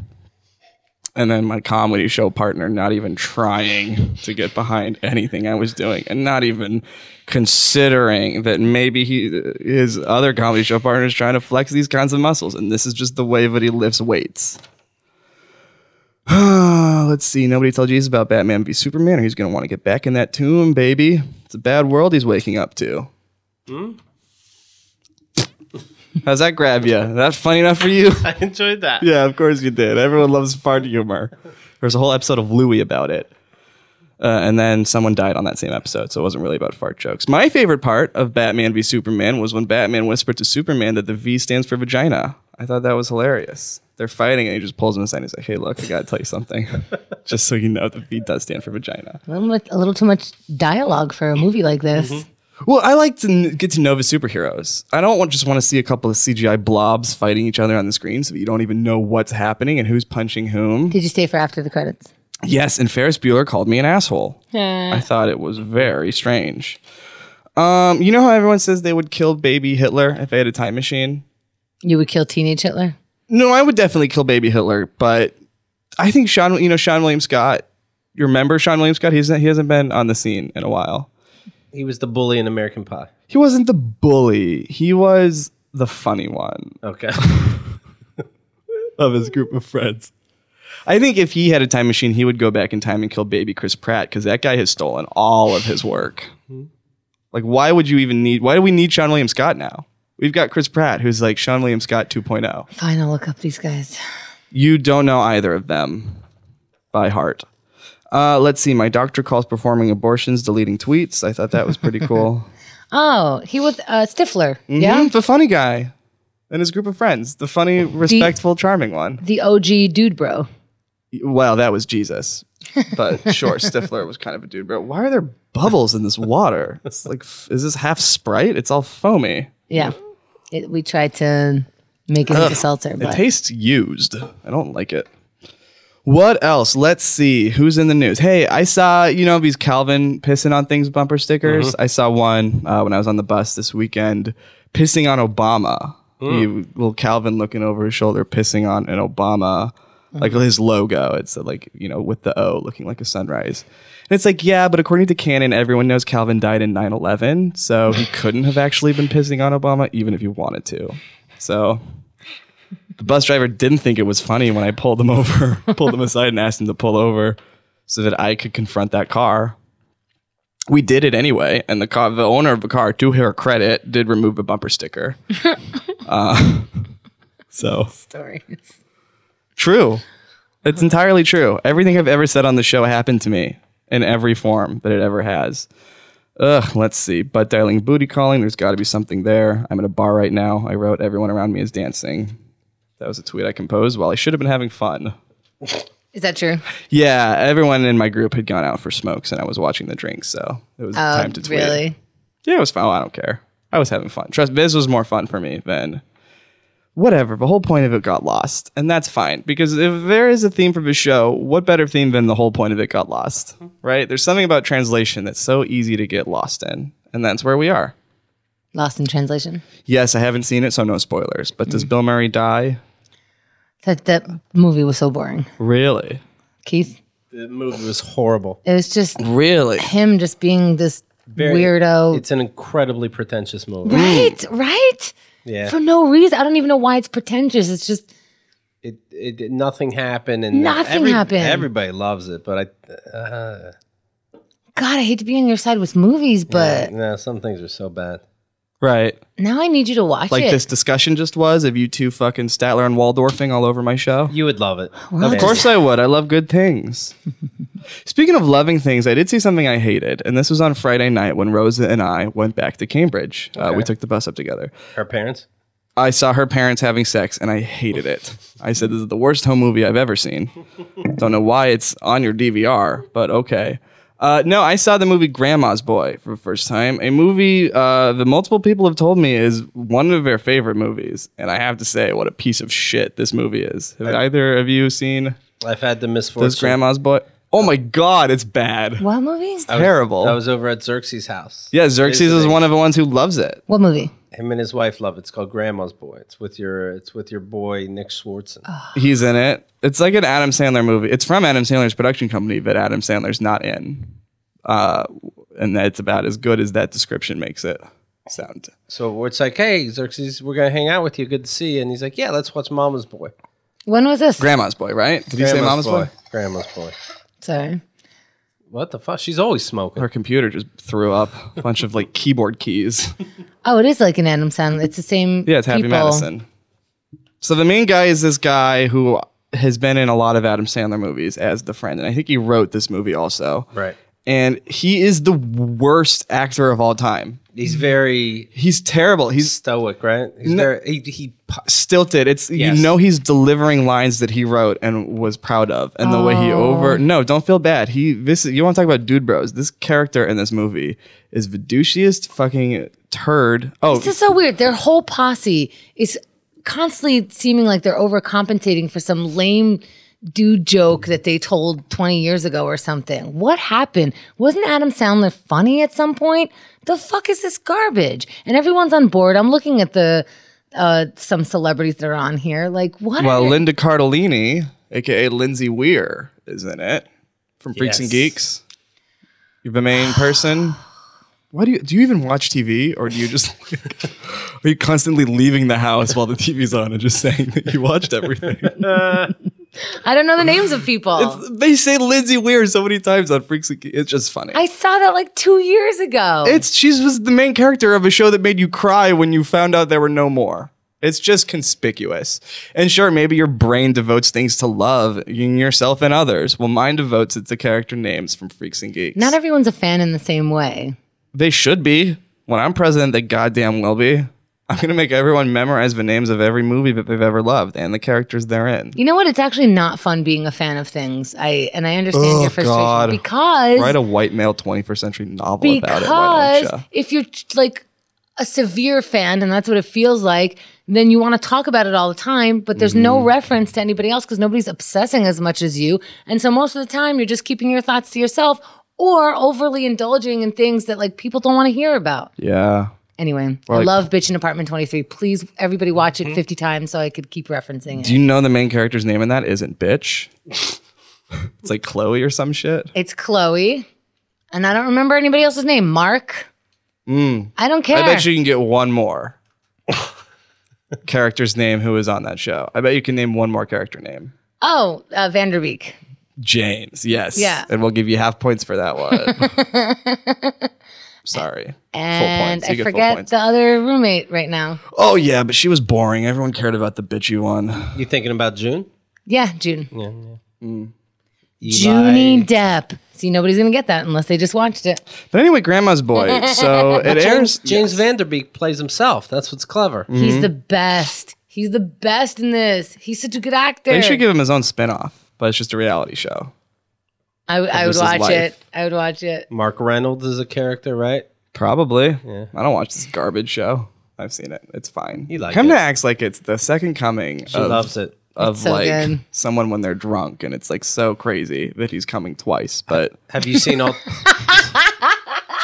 [SPEAKER 3] And then my comedy show partner not even trying to get behind anything I was doing and not even considering that maybe he, his other comedy show partner is trying to flex these kinds of muscles. And this is just the way that he lifts weights. Let's see. Nobody told Jesus about Batman v Superman, or he's going to want to get back in that tomb, baby. It's a bad world he's waking up to. How's that grab you? That funny enough for you?
[SPEAKER 2] I enjoyed that.
[SPEAKER 3] yeah, of course you did. Everyone loves fart humor. There's a whole episode of Louie about it. Uh, and then someone died on that same episode, so it wasn't really about fart jokes. My favorite part of Batman v Superman was when Batman whispered to Superman that the V stands for vagina. I thought that was hilarious. They're fighting, and he just pulls him aside and he's like, hey, look, I gotta tell you something. just so you know, the V does stand for vagina.
[SPEAKER 1] A little, bit- a little too much dialogue for a movie like this.
[SPEAKER 3] Mm-hmm. Well, I like to n- get to know the superheroes. I don't want, just want to see a couple of CGI blobs fighting each other on the screen so that you don't even know what's happening and who's punching whom.
[SPEAKER 1] Did you stay for after the credits?
[SPEAKER 3] Yes, and Ferris Bueller called me an asshole.
[SPEAKER 1] Yeah.
[SPEAKER 3] I thought it was very strange. Um, you know how everyone says they would kill baby Hitler if they had a time machine?
[SPEAKER 1] You would kill teenage Hitler?
[SPEAKER 3] No, I would definitely kill baby Hitler, but I think Sean, you know, Sean William Scott, you remember Sean William Scott? He's, he hasn't been on the scene in a while.
[SPEAKER 2] He was the bully in American Pie.
[SPEAKER 3] He wasn't the bully, he was the funny one.
[SPEAKER 2] Okay.
[SPEAKER 3] of his group of friends. I think if he had a time machine, he would go back in time and kill baby Chris Pratt because that guy has stolen all of his work. Like, why would you even need, why do we need Sean William Scott now? We've got Chris Pratt, who's like Sean William Scott 2.0.
[SPEAKER 1] Fine, I'll look up these guys.
[SPEAKER 3] You don't know either of them by heart. Uh, let's see. My doctor calls performing abortions, deleting tweets. I thought that was pretty cool.
[SPEAKER 1] Oh, he was uh, Stifler. Yeah.
[SPEAKER 3] Mhm, The funny guy and his group of friends. The funny, respectful, charming one.
[SPEAKER 1] The OG dude bro.
[SPEAKER 3] Well, that was Jesus. But sure, Stifler was kind of a dude, bro. Why are there bubbles in this water? It's like, f- is this half Sprite? It's all foamy.
[SPEAKER 1] Yeah. It, we tried to make it into seltzer,
[SPEAKER 3] Mm-hmm. It
[SPEAKER 1] but
[SPEAKER 3] tastes used. I don't like it. What else? Let's see who's in the news. Hey, I saw you know these Calvin pissing on things bumper stickers. I saw one uh, when I was on the bus this weekend, pissing on Obama. You little Calvin looking over his shoulder, pissing on an Obama, like his logo. It's uh, like you know with the O, looking like a sunrise. And it's like yeah, but according to canon, everyone knows Calvin died in 9/11, so he couldn't have actually been pissing on Obama, even if he wanted to. So the bus driver didn't think it was funny when I pulled him over, pulled him aside and asked him to pull over so that I could confront that car. We did it anyway, and the car, the owner of the car, to her credit, did remove a bumper sticker. uh, so
[SPEAKER 1] stories.
[SPEAKER 3] True. It's entirely true. Everything I've ever said on the show happened to me in every form that it ever has. Ugh, let's see. Butt dialing, booty calling. There's got to be something there. I'm at a bar right now. I wrote, Everyone around me is dancing. That was a tweet I composed while I should have been having fun.
[SPEAKER 1] Is that true?
[SPEAKER 3] Yeah, everyone in my group had gone out for smokes and I was watching the drinks, so it was
[SPEAKER 1] Oh,
[SPEAKER 3] time to tweet.
[SPEAKER 1] Really?
[SPEAKER 3] Yeah, it was fun. Oh, I don't care. I was having fun. Trust this was more fun for me than whatever. The whole point of it got lost, and that's fine because if there is a theme for the show, what better theme than the whole point of it got lost, right? There's something about translation that's so easy to get lost in, and that's where we are.
[SPEAKER 1] Lost in translation.
[SPEAKER 3] Yes, I haven't seen it, so no spoilers. But does Bill Murray die?
[SPEAKER 1] That that movie was so boring.
[SPEAKER 3] Really?
[SPEAKER 1] Keith,
[SPEAKER 2] the movie was horrible.
[SPEAKER 1] it was just
[SPEAKER 3] Really?
[SPEAKER 1] him just being this
[SPEAKER 2] Very-
[SPEAKER 1] weirdo.
[SPEAKER 2] It's an incredibly pretentious movie.
[SPEAKER 3] Mm.
[SPEAKER 1] Right, right.
[SPEAKER 2] Yeah.
[SPEAKER 1] For no reason. I don't even know why it's pretentious. It's just
[SPEAKER 2] It, it nothing happened and
[SPEAKER 1] Nothing happened.
[SPEAKER 2] Everybody loves it, but I uh,
[SPEAKER 1] God, I hate to be on your side with movies, but
[SPEAKER 2] no, some things are so bad.
[SPEAKER 3] Right.
[SPEAKER 1] now I need you to watch
[SPEAKER 3] Like
[SPEAKER 1] it.
[SPEAKER 3] this discussion just was of you two fucking Statler and Waldorfing all over my show.
[SPEAKER 2] You would love it.
[SPEAKER 1] Well,
[SPEAKER 3] Of course I would. I love good things. Speaking of loving things, I did see something I hated, and this was on Friday night when Rosa and I went back to Cambridge. Uh, we took the bus up together.
[SPEAKER 2] Her parents.
[SPEAKER 3] I saw her parents having sex, and I hated it. I said, This is the worst home movie I've ever seen. Don't know why it's on your DVR, but okay. Uh, no, I saw the movie Grandma's Boy for the first time. A movie uh, that multiple people have told me is one of their favorite movies, and I have to say, what a piece of shit this movie is. Have either of you seen
[SPEAKER 2] I've had the misfortune.
[SPEAKER 3] this grandma's boy. Oh my god, it's bad.
[SPEAKER 1] what movie?
[SPEAKER 3] Terrible.
[SPEAKER 2] I was over at Xerxes' house.
[SPEAKER 3] yeah, Xerxes is
[SPEAKER 2] visiting.
[SPEAKER 3] one of the ones who loves it.
[SPEAKER 1] what movie?
[SPEAKER 2] Him and his wife love it. It's called Grandma's Boy. It's with your it's with your boy Nick Swartzen.
[SPEAKER 3] He's in it. It's like an Adam Sandler movie. It's from Adam Sandler's production company, but Adam Sandler's not in. Uh, and that's about as good as that description makes it sound.
[SPEAKER 2] So it's like, hey Xerxes, we're gonna hang out with you. Good to see you. And he's like, yeah, let's watch Mama's Boy.
[SPEAKER 1] When was this?
[SPEAKER 3] Grandma's boy, right? Did you say Mama's boy?
[SPEAKER 2] Grandma's Boy.
[SPEAKER 1] Sorry.
[SPEAKER 2] What the fuck? She's always smoking.
[SPEAKER 3] Her computer just threw up a bunch of like keyboard keys.
[SPEAKER 1] Oh, it is like an Adam Sandler. It's the same.
[SPEAKER 3] Yeah, it's Happy
[SPEAKER 1] people.
[SPEAKER 3] Madison. So the main guy is this guy who has been in a lot of Adam Sandler movies as the friend, and I think he wrote this movie also.
[SPEAKER 2] Right.
[SPEAKER 3] And he is the worst actor of all time.
[SPEAKER 2] He's very
[SPEAKER 3] He's terrible. He's
[SPEAKER 2] stoic, right? He's very he, he pu-
[SPEAKER 3] stilted. It's
[SPEAKER 2] Yes.
[SPEAKER 3] you know he's delivering lines that he wrote and was proud of, and the way he over. No, don't feel bad. He this is- you want to talk about dude bros. This character in this movie is viducious fucking turd. Oh,
[SPEAKER 1] This is so weird. Their whole posse is constantly seeming like they're overcompensating for some lame dude joke that they told 20 years ago or something. What happened? Wasn't Adam Sandler funny at some point? The fuck is this garbage? And everyone's on board. I'm looking at the uh some celebrities that are on here. Like what?
[SPEAKER 3] well,
[SPEAKER 1] are-
[SPEAKER 3] Linda Cardellini, aka Lindsay Weir, is in it from Freaks and
[SPEAKER 2] Yes.
[SPEAKER 3] Geeks. You're the main person. Why do you do you even watch TV or do you just like, are you constantly leaving the house while the TV's on and just saying that you watched everything?
[SPEAKER 1] I don't know the names of people.
[SPEAKER 3] They say Lindsay Weir so many times on Freaks and Geeks. It's just funny.
[SPEAKER 1] I saw that like 2 years ago.
[SPEAKER 3] it's she was the main character of a show that made you cry when you found out there were no more. It's just conspicuous. And sure, maybe your brain devotes things to love, in yourself and others. Well, mine devotes it to character names from Freaks and Geeks.
[SPEAKER 1] Not everyone's a fan in the same way.
[SPEAKER 3] they should be. When I'm president, they goddamn will be. I'm gonna make everyone memorize the names of every movie that they've ever loved and the characters they're in.
[SPEAKER 1] You know what? It's actually not fun being a fan of things. I and I understand
[SPEAKER 3] Oh,
[SPEAKER 1] your frustration
[SPEAKER 3] God.
[SPEAKER 1] because
[SPEAKER 3] Write a white male 21st century novel about it. Why don't
[SPEAKER 1] because
[SPEAKER 3] ya?
[SPEAKER 1] if you're like a severe fan and that's what it feels like, then you want to talk about it all the time, but there's
[SPEAKER 3] Mm-hmm.
[SPEAKER 1] no reference to anybody else because nobody's obsessing as much as you. And so most of the time you're just keeping your thoughts to yourself or overly indulging in things that like people don't want to hear about.
[SPEAKER 3] Yeah.
[SPEAKER 1] Anyway, I
[SPEAKER 3] like- Mm-hmm.
[SPEAKER 1] love Bitch in Apartment 23. Please everybody watch it 50 times so I could keep referencing it.
[SPEAKER 3] Do you know the main character's name in that isn't bitch? it's like Chloe or some shit.
[SPEAKER 1] It's Chloe. And I don't remember anybody else's name. Mark. I don't care.
[SPEAKER 3] Mm. I bet you can get one more character's name who is on that show. I bet you can name one more character name.
[SPEAKER 1] oh, uh, Vanderbeek.
[SPEAKER 3] James, yes.
[SPEAKER 1] Yeah.
[SPEAKER 3] And we'll give you half points for that one. Sorry.
[SPEAKER 1] And
[SPEAKER 3] points.
[SPEAKER 1] I
[SPEAKER 3] You get full
[SPEAKER 1] forget
[SPEAKER 3] points.
[SPEAKER 1] the other roommate right now.
[SPEAKER 3] Oh yeah, but she was boring. Everyone cared about the bitchy one.
[SPEAKER 2] You thinking about June?
[SPEAKER 1] Yeah, June.
[SPEAKER 2] Eli-
[SPEAKER 1] Junie Depp. See, nobody's going to get that unless they just watched it.
[SPEAKER 3] But anyway, Grandma's Boy. So it
[SPEAKER 2] James,
[SPEAKER 3] airs.
[SPEAKER 2] James Vanderbeek plays himself. That's what's clever.
[SPEAKER 3] Mm-hmm.
[SPEAKER 1] He's the best. He's the best in this. He's such a good actor.
[SPEAKER 3] They should give him his own spin-off, but it's just a reality show.
[SPEAKER 1] I, w- I would
[SPEAKER 3] This is
[SPEAKER 1] watch
[SPEAKER 3] life.
[SPEAKER 1] it. I would watch it.
[SPEAKER 2] Mark Reynolds is a character, right?
[SPEAKER 3] Probably. I don't watch this garbage show. I've seen it. It's fine.
[SPEAKER 2] You like
[SPEAKER 3] Come
[SPEAKER 2] it.
[SPEAKER 3] to acts like it's the second coming
[SPEAKER 2] She
[SPEAKER 3] of,
[SPEAKER 2] loves it.
[SPEAKER 3] of
[SPEAKER 1] It's so
[SPEAKER 3] like
[SPEAKER 1] good.
[SPEAKER 3] someone when they're drunk and it's like so crazy that he's coming twice, but
[SPEAKER 2] Have you seen all
[SPEAKER 3] it's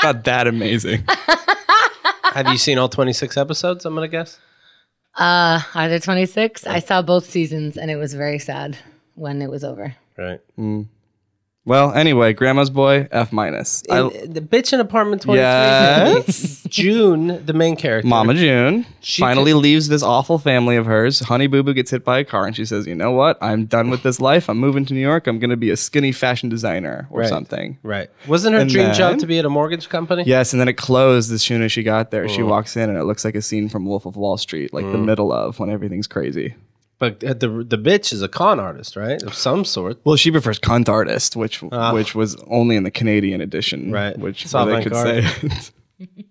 [SPEAKER 3] not that amazing.
[SPEAKER 2] Have you seen all 26 episodes? I'm gonna guess.
[SPEAKER 1] Uh, are there 26? I saw both seasons and it was very sad when it was over.
[SPEAKER 2] Right.
[SPEAKER 3] well, anyway, Grandma's Boy F minus. I
[SPEAKER 2] the bitch in apartment 23.
[SPEAKER 3] Yes.
[SPEAKER 2] June, the main character.
[SPEAKER 3] Mama June finally leaves this awful family of hers. Honey Boo Boo gets hit by a car and she says, "You know what? I'm done with this life. I'm moving to New York. I'm going to be a skinny fashion designer or
[SPEAKER 2] Right.
[SPEAKER 3] something."
[SPEAKER 2] Right. Wasn't her
[SPEAKER 3] And
[SPEAKER 2] dream job
[SPEAKER 3] then-
[SPEAKER 2] to be at a mortgage company?
[SPEAKER 3] Yes, and then it closed as soon as she got there. She walks in and it looks like a scene from Wolf of Wall Street, like
[SPEAKER 1] Mm.
[SPEAKER 3] the middle of when everything's crazy.
[SPEAKER 2] But uh, the the bitch is a con artist, right? Of some sort.
[SPEAKER 3] Well, she prefers cunt artist, which which was only in the Canadian edition,
[SPEAKER 2] Right.
[SPEAKER 3] Which where
[SPEAKER 2] Solvent
[SPEAKER 3] they could say
[SPEAKER 2] garden.
[SPEAKER 3] it.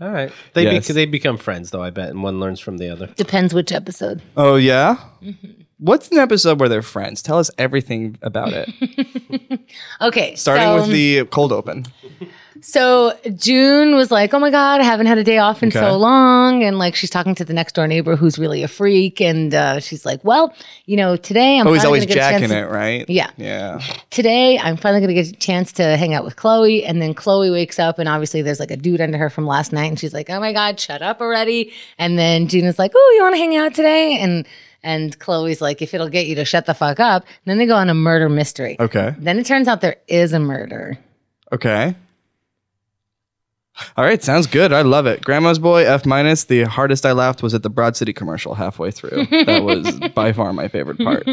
[SPEAKER 2] All right. They bec
[SPEAKER 3] Yes.
[SPEAKER 2] they become friends though, I bet, and one learns from the other.
[SPEAKER 1] Depends which episode.
[SPEAKER 3] oh yeah.
[SPEAKER 1] Mm-hmm.
[SPEAKER 3] What's an episode where they're friends? Tell us everything about it,
[SPEAKER 1] Okay.
[SPEAKER 3] starting
[SPEAKER 1] so-
[SPEAKER 3] with the cold open.
[SPEAKER 1] So June was like, "Oh my god, I haven't had a day off in
[SPEAKER 3] Okay.
[SPEAKER 1] so long," and like she's talking to the next door neighbor who's really a freak, and uh, she's like, "Well, you know, today I'm
[SPEAKER 3] Oh, he's
[SPEAKER 1] finally
[SPEAKER 3] always
[SPEAKER 1] gonna get a chance
[SPEAKER 3] jacking
[SPEAKER 1] to-
[SPEAKER 3] it, right?
[SPEAKER 1] Yeah.
[SPEAKER 3] Yeah.
[SPEAKER 1] Today I'm finally gonna get a chance to hang out with Chloe, and then Chloe wakes up, and obviously there's like a dude under her from last night, and she's like, "Oh my god, shut up already!" And then June is like, "Oh, you want to hang out today?" and and Chloe's like, "If it'll get you to shut the fuck up," and then they go on a murder mystery.
[SPEAKER 3] Okay.
[SPEAKER 1] Then it turns out there is a murder.
[SPEAKER 3] Okay. All right, sounds good. I love it. Grandma's Boy, F minus. The hardest I laughed was at the Broad City commercial halfway through. That was by far my favorite part.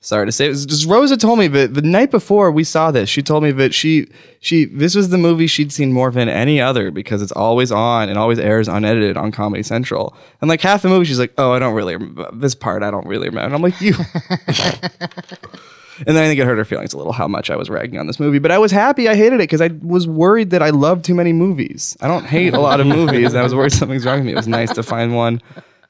[SPEAKER 3] Sorry to say, it was just Rosa told me that the night before we saw this, she told me that she she this was the movie she'd seen more than any other because it's always on and always airs unedited on Comedy Central. And like half the movie, she's like, "Oh, I don't really remember this part. I don't really remember." And I'm like, "You." And then I think it hurt her feelings a little how much I was ragging on this movie. But I was happy I hated it because I was worried that I love too many movies. I don't hate a lot of movies. And I was worried something's wrong with me. It was nice to find one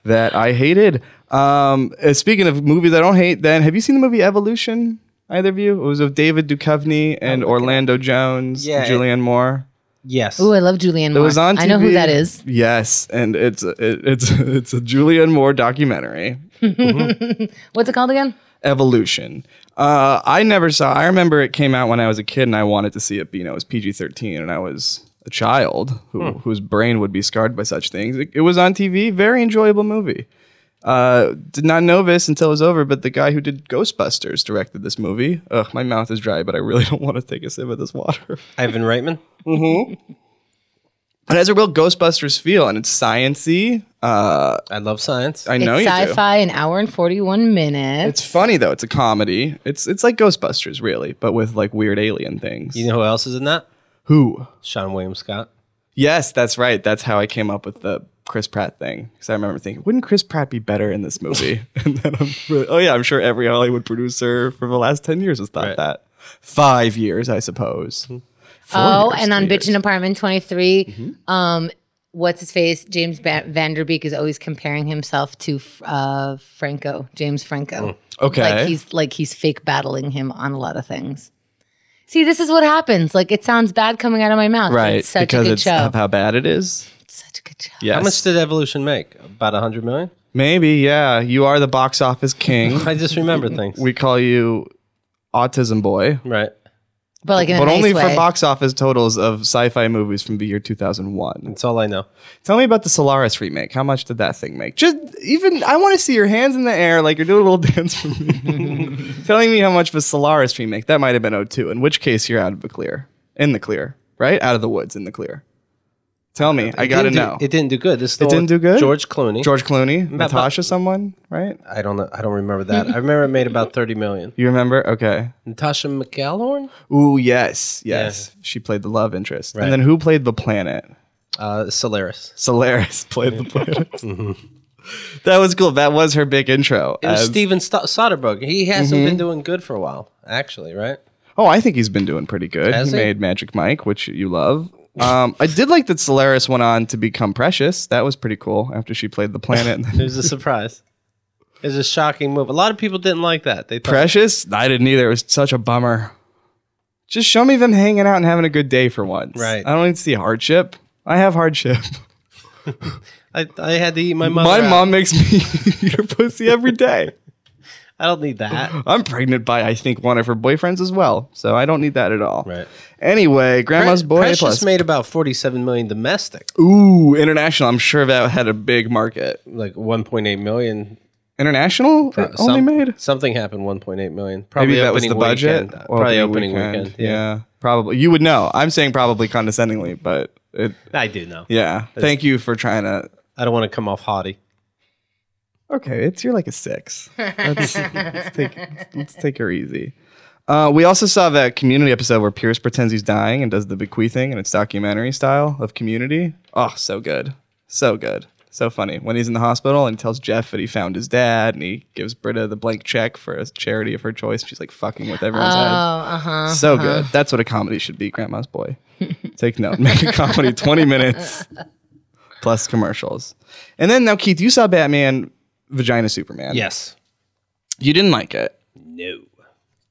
[SPEAKER 3] that I hated. Um, uh, speaking of movies I don't hate, then have you seen the movie Evolution? Either of you? It was with David Duchovny and
[SPEAKER 1] Oh,
[SPEAKER 3] Orlando Jones,
[SPEAKER 2] Yeah,
[SPEAKER 3] and
[SPEAKER 2] it-
[SPEAKER 3] Julianne Moore.
[SPEAKER 2] Yes.
[SPEAKER 1] Ooh, I love Julianne Moore.
[SPEAKER 3] It was on. TV.
[SPEAKER 1] I know who that is.
[SPEAKER 3] Yes, and it's a, it, it's it's a Julianne Moore documentary.
[SPEAKER 1] What's it called again?
[SPEAKER 3] Evolution. Uh, I never saw. I remember it came out when I was a kid, and I wanted to see it. But, you know, it was PG thirteen, and I was a child who,
[SPEAKER 2] Hmm.
[SPEAKER 3] whose brain would be scarred by such things. It, it was on TV. Very enjoyable movie. Uh, did not know this until it was over, but the guy who did Ghostbusters directed this movie. Ugh, my mouth is dry, but I really don't want to take a sip of this water.
[SPEAKER 2] Ivan Reitman.
[SPEAKER 3] It has a real Ghostbusters feel, and it's sciency. Uh,
[SPEAKER 2] I love science.
[SPEAKER 3] I know
[SPEAKER 1] it's
[SPEAKER 3] you do.
[SPEAKER 1] sci-fi, an hour and forty-one minutes.
[SPEAKER 3] It's funny though. It's a comedy. It's it's like Ghostbusters, really, but with like weird alien things.
[SPEAKER 2] you know who else is in that?
[SPEAKER 3] Who?
[SPEAKER 2] Sean William Scott.
[SPEAKER 3] Yes, that's right. That's how I came up with the Chris Pratt thing because I remember thinking, wouldn't Chris Pratt be better in this movie? and then I'm really, oh yeah, I'm sure every Hollywood producer for the last ten years has thought
[SPEAKER 2] Right.
[SPEAKER 3] that. Five years, I suppose. Four
[SPEAKER 1] oh,
[SPEAKER 3] years,
[SPEAKER 1] and on
[SPEAKER 3] three
[SPEAKER 1] Bitchin'
[SPEAKER 3] years.
[SPEAKER 1] Apartment twenty-three,
[SPEAKER 3] Mm-hmm.
[SPEAKER 1] um, what's his face? James ba- Vanderbeek is always comparing himself to uh, Franco, James Franco.
[SPEAKER 3] Mm. Okay.
[SPEAKER 1] Like he's like he's fake battling him on a lot of things. See, this is what happens. Like it sounds bad coming out of my mouth. but
[SPEAKER 3] right
[SPEAKER 1] It's such
[SPEAKER 3] because
[SPEAKER 1] a good
[SPEAKER 3] it's
[SPEAKER 1] show.
[SPEAKER 3] of how bad it is.
[SPEAKER 1] It's such a good show.
[SPEAKER 3] Yes.
[SPEAKER 2] How much did Evolution make? About a hundred million.
[SPEAKER 3] Maybe yeah. You are the box office king.
[SPEAKER 2] I just remember things.
[SPEAKER 3] we call you Autism Boy.
[SPEAKER 2] right.
[SPEAKER 1] But like in
[SPEAKER 3] but
[SPEAKER 1] a nice
[SPEAKER 3] only
[SPEAKER 1] way.
[SPEAKER 3] for box office totals of sci-fi movies from the year 2001.
[SPEAKER 2] That's all I know.
[SPEAKER 3] Tell me about the Solaris remake. How much did that thing make? Just even I want to see your hands in the air like you're doing a little dance for me. Telling me how much the Solaris remake. That might have been 02, in which case you're out of the clear. In the clear, right? Out of the woods in the clear. Tell me. I got to
[SPEAKER 2] Didn't do-
[SPEAKER 3] know.
[SPEAKER 2] it didn't do good. This is the
[SPEAKER 3] It didn't
[SPEAKER 2] one-
[SPEAKER 3] do good?
[SPEAKER 2] George Clooney.
[SPEAKER 3] George Clooney, Natasha someone, right?
[SPEAKER 2] I don't know. I don't remember that. I remember it made about thirty million.
[SPEAKER 3] You remember? Okay.
[SPEAKER 2] Natasha McElhorn,
[SPEAKER 3] Ooh, yes. Yes. She played the love interest.
[SPEAKER 2] Right.
[SPEAKER 3] And then who played the planet?
[SPEAKER 2] uh, Solaris.
[SPEAKER 3] Solaris played the planet. That was cool. That was her big intro.
[SPEAKER 2] It was
[SPEAKER 3] as-
[SPEAKER 2] Steven Sto- Soderbergh. He hasn't
[SPEAKER 3] Mm-hmm.
[SPEAKER 2] been doing good for a while, actually, right?
[SPEAKER 3] Oh, I think he's been doing pretty good.
[SPEAKER 2] Has
[SPEAKER 3] he,
[SPEAKER 2] he?
[SPEAKER 3] made Magic Mike, which you love. Um, I did like that Solaris went on to become Precious. That was pretty cool after she played the planet.
[SPEAKER 2] It was a surprise. it was a shocking move. A lot of people didn't like that. They thought,
[SPEAKER 3] Precious? I didn't either. It was such a bummer. Just show me them hanging out and having a good day for once.
[SPEAKER 2] Right.
[SPEAKER 3] I don't need to see hardship. I have hardship.
[SPEAKER 2] I, I had to eat my mother.
[SPEAKER 3] My
[SPEAKER 2] out.
[SPEAKER 3] mom makes me eat her pussy every day.
[SPEAKER 2] I don't need that.
[SPEAKER 3] I'm pregnant by, I think, one of her boyfriends as well. So I don't need that at all.
[SPEAKER 2] Right.
[SPEAKER 3] Anyway, Grandma's Boy
[SPEAKER 2] Precious
[SPEAKER 3] Plus.
[SPEAKER 2] made about forty-seven million domestic,
[SPEAKER 3] Ooh, international. I'm sure that had a big market.
[SPEAKER 2] like one point eight million.
[SPEAKER 3] International? It
[SPEAKER 2] Uh, Some-
[SPEAKER 3] only made?
[SPEAKER 2] something happened. One point eight million. Probably
[SPEAKER 3] Maybe that was the
[SPEAKER 2] opening
[SPEAKER 3] budget.
[SPEAKER 2] weekend.
[SPEAKER 3] or
[SPEAKER 2] Probably opening weekend.
[SPEAKER 3] Yeah. probably. You would know. I'm saying probably condescendingly, but it,
[SPEAKER 2] I do know.
[SPEAKER 3] yeah. Thank you for trying to.
[SPEAKER 2] I don't want to come off haughty.
[SPEAKER 3] Okay, it's you're like a six. Let's, let's take let's take her easy. Uh, we also saw that community episode where Pierce pretends he's dying and does the bequeathing, and it's documentary style of community. Oh, so good, so good, so funny. When he's in the hospital and he tells Jeff that he found his dad, and he gives Britta the blank check for a charity of her choice. She's like fucking with everyone's
[SPEAKER 1] Oh,
[SPEAKER 3] head.
[SPEAKER 1] uh huh.
[SPEAKER 3] So good. That's what a comedy should be, Grandma's Boy. Take note. Make a comedy 20 minutes plus commercials. And then now, Keith, you saw Batman Vagina Superman.
[SPEAKER 2] Yes.
[SPEAKER 3] You didn't like it.
[SPEAKER 2] No.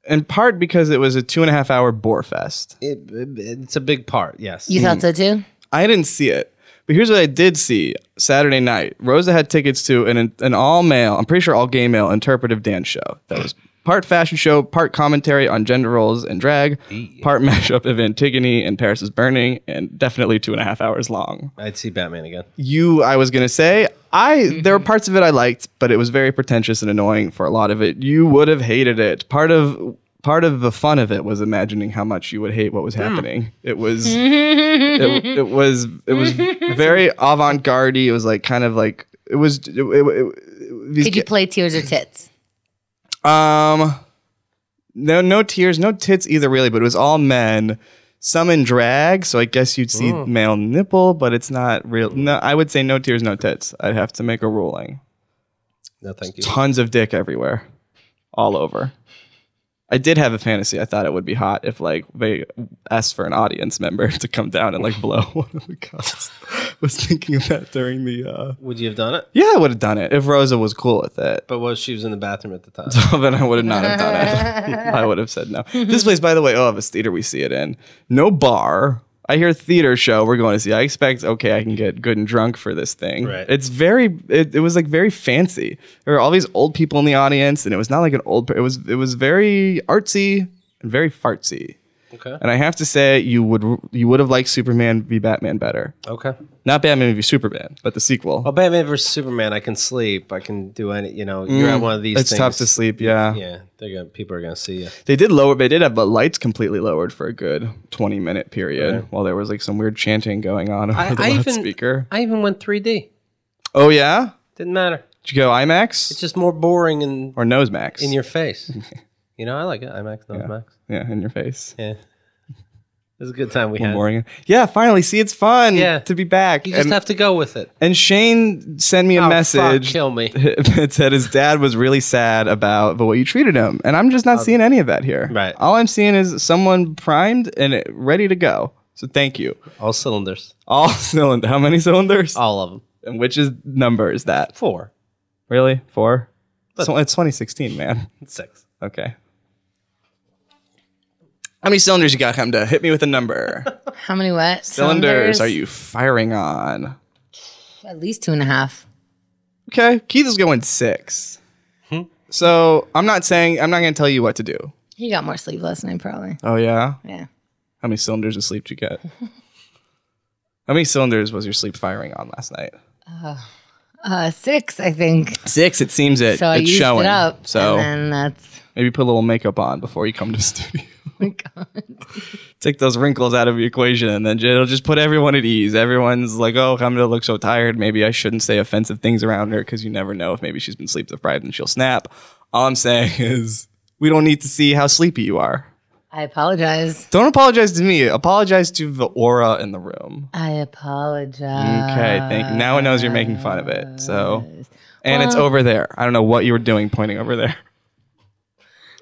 [SPEAKER 3] in part because it was a two and a half hour bore fest.
[SPEAKER 2] It, it- it's a big part. Yes.
[SPEAKER 1] You thought so too?
[SPEAKER 3] I didn't see it, but here's what I did see Saturday night. Rosa had tickets to an an all male, I'm pretty sure all gay male interpretive dance show that was part fashion show, part commentary on gender roles and drag, part mashup of Antigone and Paris is Burning, and definitely two and a half hours long.
[SPEAKER 2] I'd see Batman again.
[SPEAKER 3] you I was gonna say I there were parts of it I liked, but it was very pretentious and annoying for a lot of it. You would have hated it. Part of part of the fun of it was imagining how much you would hate what was happening. It was it, it was it was very avant garde. It was like kind of like it was it, it, it- these
[SPEAKER 1] Did you
[SPEAKER 3] ki-
[SPEAKER 1] play tears or tits?
[SPEAKER 3] um no no tears, no tits either really, but it was all men. Some in drag, so I guess you'd see male nipple, but it's not real. No, I would say no tears, no tits. I'd have to make a ruling.
[SPEAKER 2] No, thank you.
[SPEAKER 3] Tons of dick everywhere, all over. I did have a fantasy. I thought it would be hot if like they asked for an audience member to come down and like blow one of the cops. was thinking of that during the. uh
[SPEAKER 2] Would you have done it?
[SPEAKER 3] Yeah, I would have done it if Rosa was cool with it.
[SPEAKER 2] But was she was in the bathroom at the time?
[SPEAKER 3] Oh, then I would have not have done it. I would have said no. This place, by the way, oh, this theater we see it in. No bar. I hear theater show we're going to see. I expect okay, I can get good and drunk for this thing.
[SPEAKER 2] Right.
[SPEAKER 3] It's very. It, it was like very fancy. There were all these old people in the audience, and it was not like an old. per- It was it was very artsy and very fartsy.
[SPEAKER 2] Okay.
[SPEAKER 3] And I have to say, you would you would have liked Superman v Batman better.
[SPEAKER 2] Okay.
[SPEAKER 3] Not Batman v Superman, but the sequel.
[SPEAKER 2] Well, Batman versus Superman, I can sleep. I can do any. You know, you're at one of these.
[SPEAKER 3] Mm, it's
[SPEAKER 2] things.
[SPEAKER 3] tough to sleep. Yeah.
[SPEAKER 2] Yeah, they're gonna. People are gonna see you.
[SPEAKER 3] They did lower, they did have the lights completely lowered for a good 20 minute period while there was like some weird chanting going on over the loudspeaker.
[SPEAKER 2] I even went 3D.
[SPEAKER 3] oh, yeah?
[SPEAKER 2] Didn't matter.
[SPEAKER 3] Did you go IMAX
[SPEAKER 2] It's just more boring and
[SPEAKER 3] or Nose Max?
[SPEAKER 2] in your face. you know, I like it. IMAX, not IMAX.
[SPEAKER 3] yeah, in your face.
[SPEAKER 2] Yeah. It was a good time we had.
[SPEAKER 3] Boring. Yeah, finally. See, it's fun
[SPEAKER 2] Yeah.
[SPEAKER 3] to be back.
[SPEAKER 2] You just
[SPEAKER 3] And,
[SPEAKER 2] have to go with it.
[SPEAKER 3] and Shane sent me a
[SPEAKER 2] Oh, fuck,
[SPEAKER 3] message
[SPEAKER 2] kill me.
[SPEAKER 3] that said his dad was really sad about the way you treated him. And I'm just not seeing any of that here.
[SPEAKER 2] Oh. Right.
[SPEAKER 3] All I'm seeing is someone primed and it- ready to go. So thank you.
[SPEAKER 2] All cylinders.
[SPEAKER 3] All cylinder. How many cylinders?
[SPEAKER 2] All of them.
[SPEAKER 3] And which is number is that?
[SPEAKER 2] Four.
[SPEAKER 3] Really? Four? So it's 2016, man.
[SPEAKER 2] Six.
[SPEAKER 3] Okay. How many cylinders you got, Hamda? Hit me with a number.
[SPEAKER 1] How many what?
[SPEAKER 3] cylinders are you firing on?
[SPEAKER 1] At least two and a half.
[SPEAKER 3] Okay. Keith is going six. So I'm not saying, I'm not going to tell you what to do.
[SPEAKER 1] He got more sleep last night, probably.
[SPEAKER 3] Oh, yeah?
[SPEAKER 1] Yeah.
[SPEAKER 3] How many cylinders of sleep did you get? How many cylinders was your sleep firing on last night?
[SPEAKER 1] Uh, six, I think.
[SPEAKER 3] Six, it seems it.
[SPEAKER 1] So I
[SPEAKER 3] it's
[SPEAKER 1] used
[SPEAKER 3] showing.
[SPEAKER 1] it up.
[SPEAKER 3] so
[SPEAKER 1] and then that's.
[SPEAKER 3] maybe put a little makeup on before you come to the studio.
[SPEAKER 1] my God.
[SPEAKER 3] take those wrinkles out of the equation and then it'll just put everyone at ease. Everyone's like, oh, I'm gonna look so tired. Maybe I shouldn't say offensive things around her because you never know if maybe she's been sleep deprived and she'll snap. All I'm saying is we don't need to see how sleepy you are.
[SPEAKER 1] I apologize.
[SPEAKER 3] Don't apologize to me. Apologize to the aura in the room.
[SPEAKER 1] I apologize.
[SPEAKER 3] Okay, thank you. Now it knows you're making fun of it. So, and it's over there. I don't know what you were doing pointing over there.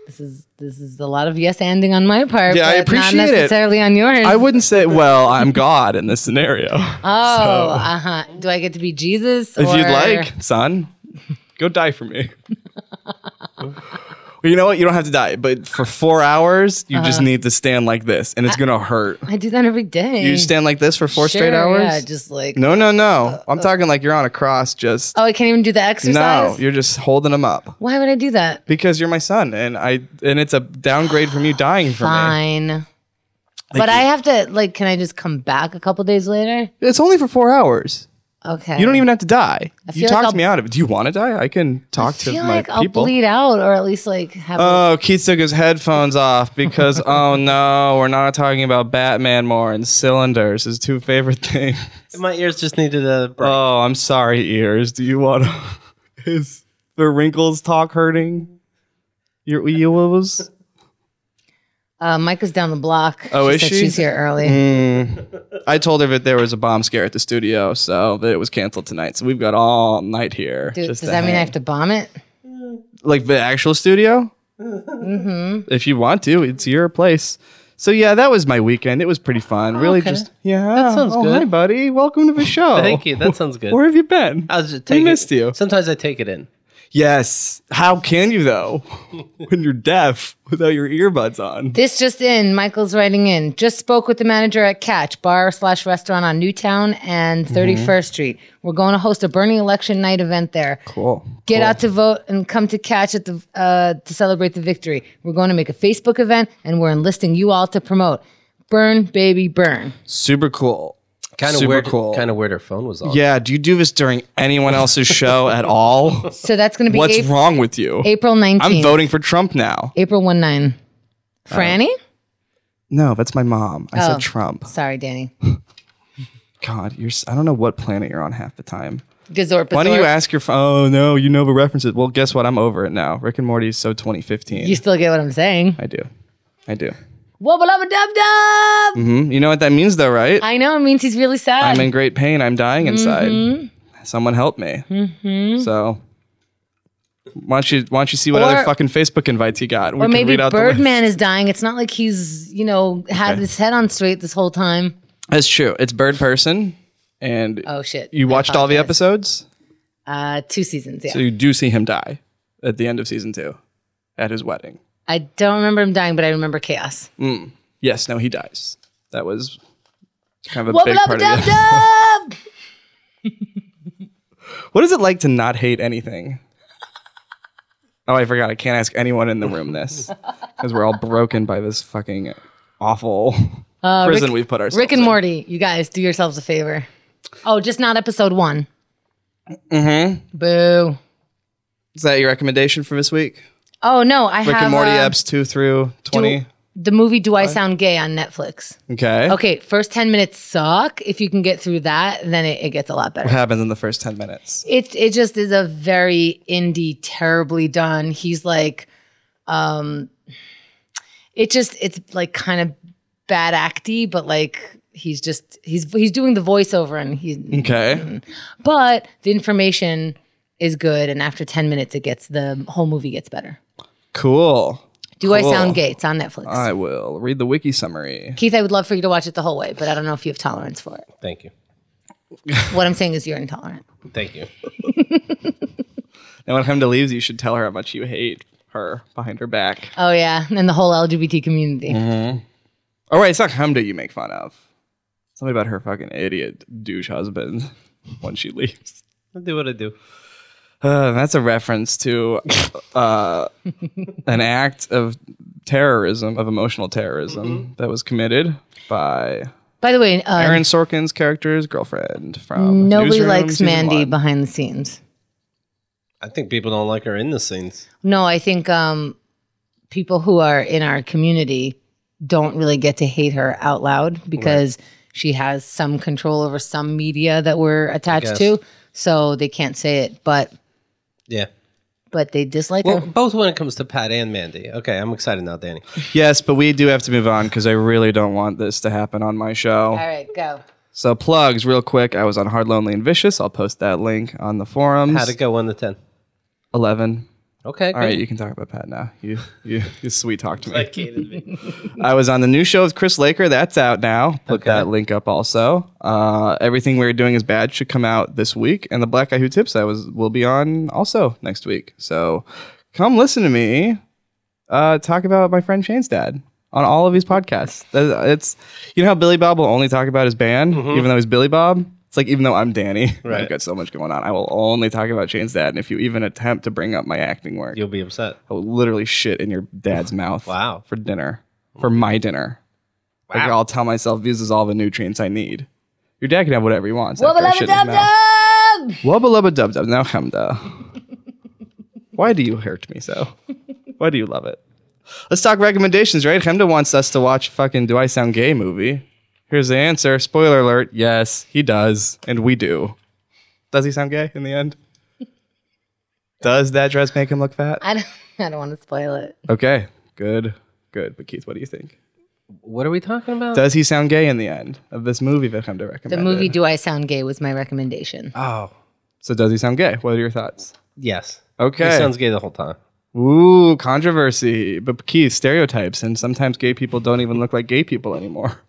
[SPEAKER 1] This is this is a lot of yes ending on my part.
[SPEAKER 3] Yeah, I
[SPEAKER 1] but
[SPEAKER 3] appreciate
[SPEAKER 1] not
[SPEAKER 3] it.
[SPEAKER 1] necessarily on yours.
[SPEAKER 3] I wouldn't say, well, I'm God in this scenario.
[SPEAKER 1] Oh, uh huh. Do I get to be Jesus?
[SPEAKER 3] If you'd
[SPEAKER 1] or-
[SPEAKER 3] like, son, go die for me. Well, you know what? You don't have to die, but for four hours, you just need to stand like this, and it's gonna hurt.
[SPEAKER 1] Uh-huh. I do that every day.
[SPEAKER 3] You stand like this for four straight
[SPEAKER 1] Sure,
[SPEAKER 3] hours.
[SPEAKER 1] Yeah, just like.
[SPEAKER 3] no, no, no. I'm talking like you're on a cross. Just
[SPEAKER 1] Oh, I can't even do the
[SPEAKER 3] no,
[SPEAKER 1] exercise.
[SPEAKER 3] you're just holding them up
[SPEAKER 1] Why would I do that?
[SPEAKER 3] because you're my son, and I and it's a downgrade from you dying for me.
[SPEAKER 1] Fine. but I have to like. Can I just come back a couple days later?
[SPEAKER 3] It's only for four hours.
[SPEAKER 1] Okay.
[SPEAKER 3] You don't even have to die. You
[SPEAKER 1] feel like
[SPEAKER 3] talked
[SPEAKER 1] I'll-
[SPEAKER 3] me out of it. Do you want to die? I can talk
[SPEAKER 1] I
[SPEAKER 3] to
[SPEAKER 1] feel
[SPEAKER 3] my
[SPEAKER 1] like I'll
[SPEAKER 3] people.
[SPEAKER 1] bleed out, or at least like have.
[SPEAKER 3] Oh, Keith took his headphones off because oh no, we're not talking about Batman more and cylinders, his two favorite things.
[SPEAKER 2] My ears just needed a break.
[SPEAKER 3] Oh, I'm sorry, ears. Do you want to? Is the wrinkles talk hurting? Your E ears?
[SPEAKER 1] uh, Micah's down the block.
[SPEAKER 3] Oh,
[SPEAKER 1] she
[SPEAKER 3] is
[SPEAKER 1] said
[SPEAKER 3] she? Mm,
[SPEAKER 1] She's here early.
[SPEAKER 3] I told her that there was a bomb scare at the studio, so that it was canceled tonight. So we've got all night here.
[SPEAKER 1] Dude, does
[SPEAKER 3] just to
[SPEAKER 1] that mean I
[SPEAKER 3] hang.
[SPEAKER 1] have to bomb it?
[SPEAKER 3] like the actual studio.
[SPEAKER 2] Mm-hmm.
[SPEAKER 3] If you want to, it's your place. So yeah, that was my weekend. It was pretty fun. Really,
[SPEAKER 2] okay.
[SPEAKER 3] just yeah.
[SPEAKER 2] That sounds
[SPEAKER 3] oh,
[SPEAKER 2] good.
[SPEAKER 3] Hi, buddy. Welcome to the show.
[SPEAKER 2] Thank you. That sounds good.
[SPEAKER 3] Where have you been?
[SPEAKER 2] I was just taking,
[SPEAKER 3] missed you.
[SPEAKER 2] Sometimes I take it in.
[SPEAKER 3] Yes. How can you though? when you're deaf without your earbuds on.
[SPEAKER 1] This just in, Michael's writing in. Just spoke with the manager at Catch Bar slash Restaurant on Newtown and
[SPEAKER 3] Mm-hmm.
[SPEAKER 1] 31st Street. We're going to host a burning election night event there.
[SPEAKER 3] Cool.
[SPEAKER 1] Get out to vote and come to Catch at the uh, to celebrate the victory. We're going to make a Facebook event and we're enlisting you all to promote. Burn, baby, burn.
[SPEAKER 3] Super cool.
[SPEAKER 2] Kind of
[SPEAKER 3] Super
[SPEAKER 2] weird.
[SPEAKER 3] cool.
[SPEAKER 2] Kind of weird. Her phone was off.
[SPEAKER 3] Yeah, do you do this during anyone else's show at all?
[SPEAKER 1] So that's going to be
[SPEAKER 3] What's
[SPEAKER 1] April,
[SPEAKER 3] wrong with you?
[SPEAKER 1] April 19th.
[SPEAKER 3] I'm voting for Trump now.
[SPEAKER 1] April 1 9.
[SPEAKER 3] Oh.
[SPEAKER 1] Franny?
[SPEAKER 3] No, that's my mom. I
[SPEAKER 1] Oh.
[SPEAKER 3] said Trump.
[SPEAKER 1] Sorry, Danny.
[SPEAKER 3] God, you're s- I don't know what planet you're on half the time.
[SPEAKER 1] Gazorp.
[SPEAKER 3] Why don't you ask your phone? Oh no, you know the references. Well, guess what? I'm over it now. Rick and Morty is so 2015.
[SPEAKER 1] You still get what I'm saying.
[SPEAKER 3] I do. I do.
[SPEAKER 1] Wubba lubba dub dub.
[SPEAKER 3] Hmm? You know what that means though, right?
[SPEAKER 1] I know. It means he's really sad.
[SPEAKER 3] I'm in great pain. I'm dying inside.
[SPEAKER 1] Mm-hmm.
[SPEAKER 3] Someone help me. So why don't you why don't you see what
[SPEAKER 1] Or-
[SPEAKER 3] other fucking Facebook invites you got? We
[SPEAKER 1] or
[SPEAKER 3] can
[SPEAKER 1] maybe
[SPEAKER 3] read out the list.
[SPEAKER 1] Birdman is dying. It's not like he's, you know, had his head on straight this whole time.
[SPEAKER 3] That's true. It's Bird Person, and
[SPEAKER 1] Oh shit!
[SPEAKER 3] you
[SPEAKER 1] I
[SPEAKER 3] watched all the
[SPEAKER 1] apologize.
[SPEAKER 3] episodes,
[SPEAKER 1] Uh, two seasons. Yeah,
[SPEAKER 3] so you do see him die at the end of season two, at his wedding.
[SPEAKER 1] I don't remember him dying, but I remember chaos.
[SPEAKER 3] Yes, no, he dies. That was kind of a
[SPEAKER 1] Wubba
[SPEAKER 3] big
[SPEAKER 1] lubba
[SPEAKER 3] part
[SPEAKER 1] dub
[SPEAKER 3] of it.
[SPEAKER 1] dub.
[SPEAKER 3] What is it like to not hate anything? Oh, I forgot. I can't ask anyone in the room this because we're all broken by this fucking awful prison we've put ourselves.
[SPEAKER 1] Uh, Rick and
[SPEAKER 3] in.
[SPEAKER 1] Morty, you guys, do yourselves a favor. Oh, just not episode one. Mm-hmm. Boo.
[SPEAKER 3] Is that your recommendation for this week?
[SPEAKER 1] Oh no, I
[SPEAKER 3] Rick
[SPEAKER 1] have
[SPEAKER 3] and Morty
[SPEAKER 1] uh,
[SPEAKER 3] eps two through twenty.
[SPEAKER 1] the movie "Do I Sound Gay" on Netflix.
[SPEAKER 3] Okay.
[SPEAKER 1] Okay, first ten minutes suck. If you can get through that, then it, it gets a lot better.
[SPEAKER 3] What happens in the first ten minutes?
[SPEAKER 1] it it just is a very indie terribly done he's like um it just it's like kind of bad acty but like he's just he's he's doing the voiceover and he
[SPEAKER 3] Okay.
[SPEAKER 1] but the information is good and after 10 minutes it gets the whole movie gets better
[SPEAKER 3] Cool.
[SPEAKER 1] do i sound
[SPEAKER 3] Cool.
[SPEAKER 1] gay it's on netflix
[SPEAKER 3] I will read the wiki summary.
[SPEAKER 1] keith i would love for you to watch it the whole way but i don't know if you have tolerance for it
[SPEAKER 2] Thank you.
[SPEAKER 1] what i'm saying is you're intolerant
[SPEAKER 2] Thank you.
[SPEAKER 3] And when Hemda leaves, you should tell her how much you hate her behind her back.
[SPEAKER 1] oh yeah and the whole lgbt community
[SPEAKER 3] Mm-hmm. Oh, wait, it's not Hemda you make fun of. Something about her fucking idiot douche husband when she leaves.
[SPEAKER 2] I do what I do.
[SPEAKER 3] Uh, that's a reference to uh, an act of terrorism, of emotional terrorism,
[SPEAKER 1] Mm-hmm.
[SPEAKER 3] that was committed by
[SPEAKER 1] by the way uh,
[SPEAKER 3] Aaron Sorkin's character's girlfriend from
[SPEAKER 1] Nobody
[SPEAKER 3] Newsroom
[SPEAKER 1] likes
[SPEAKER 3] season
[SPEAKER 1] Mandy
[SPEAKER 3] one.
[SPEAKER 1] behind the scenes.
[SPEAKER 2] I think people don't like her in the scenes.
[SPEAKER 1] No, I think um, people who are in our community don't really get to hate her out loud because she has some control over some media that we're attached
[SPEAKER 2] guess.
[SPEAKER 1] to, so they can't say it. But
[SPEAKER 2] Yeah.
[SPEAKER 1] but they dislike
[SPEAKER 2] Well,
[SPEAKER 1] her.
[SPEAKER 2] both when it comes to Pat and Mandy. Okay, I'm excited now, Danny.
[SPEAKER 3] Yes, but we do have to move on because I really don't want this to happen on my show.
[SPEAKER 1] All right, go.
[SPEAKER 3] So plugs, real quick. I was on Hard, Lonely, and Vicious. I'll post that link on the forums.
[SPEAKER 2] How'd it go? One to ten.
[SPEAKER 3] Eleven.
[SPEAKER 2] Okay.
[SPEAKER 3] All right,
[SPEAKER 2] great.
[SPEAKER 3] you can talk about Pat now. You you you sweet talk to me. I was on the new show with Chris Laker. That's out now. Put that link up also. Uh, everything we're doing is bad should come out this week, and the Black Guy Who Tips I was will be on also next week. So come listen to me uh, talk about my friend Shane's dad on all of his podcasts. That- It's you know how Billy Bob will only talk about his band, even though he's Billy Bob. It's like even though I'm Danny, I've
[SPEAKER 2] Right.
[SPEAKER 3] got so much going on. I will only talk about Shane's dad, and if you even attempt to bring up my acting work,
[SPEAKER 2] You'll be upset.
[SPEAKER 3] I would literally shit in your dad's mouth.
[SPEAKER 2] Wow.
[SPEAKER 3] For dinner. For my dinner. Like I'll tell myself this is all the nutrients I need. Your dad can have whatever he wants.
[SPEAKER 1] Wubba
[SPEAKER 3] after I
[SPEAKER 1] lubba
[SPEAKER 3] shit in his
[SPEAKER 1] dub
[SPEAKER 3] mouth.
[SPEAKER 1] dub.
[SPEAKER 3] Wubba lubba dub dub. Now Hamda. Why do you hurt me so? Why do you love it? Let's talk recommendations, right? Hamda wants us to watch fucking Do I Sound Gay movie. Here's the answer. Spoiler alert. Yes, he does. And we do. Does he sound gay in the end? Does that dress make him look fat?
[SPEAKER 1] I don't. I don't want to spoil it.
[SPEAKER 3] Okay, good, good. But Keith, what do you think?
[SPEAKER 2] What are we talking about?
[SPEAKER 3] Does he sound gay in the end of this movie that I'm to
[SPEAKER 1] The
[SPEAKER 3] recommend?
[SPEAKER 1] movie "Do I Sound Gay" was my recommendation.
[SPEAKER 3] Ah.
[SPEAKER 2] oh,
[SPEAKER 3] So does he sound gay? What are your thoughts?
[SPEAKER 2] yes.
[SPEAKER 3] Okay.
[SPEAKER 2] He sounds gay the whole time.
[SPEAKER 3] Ooh, controversy. But Keith, stereotypes, and sometimes gay people don't even look like gay people anymore.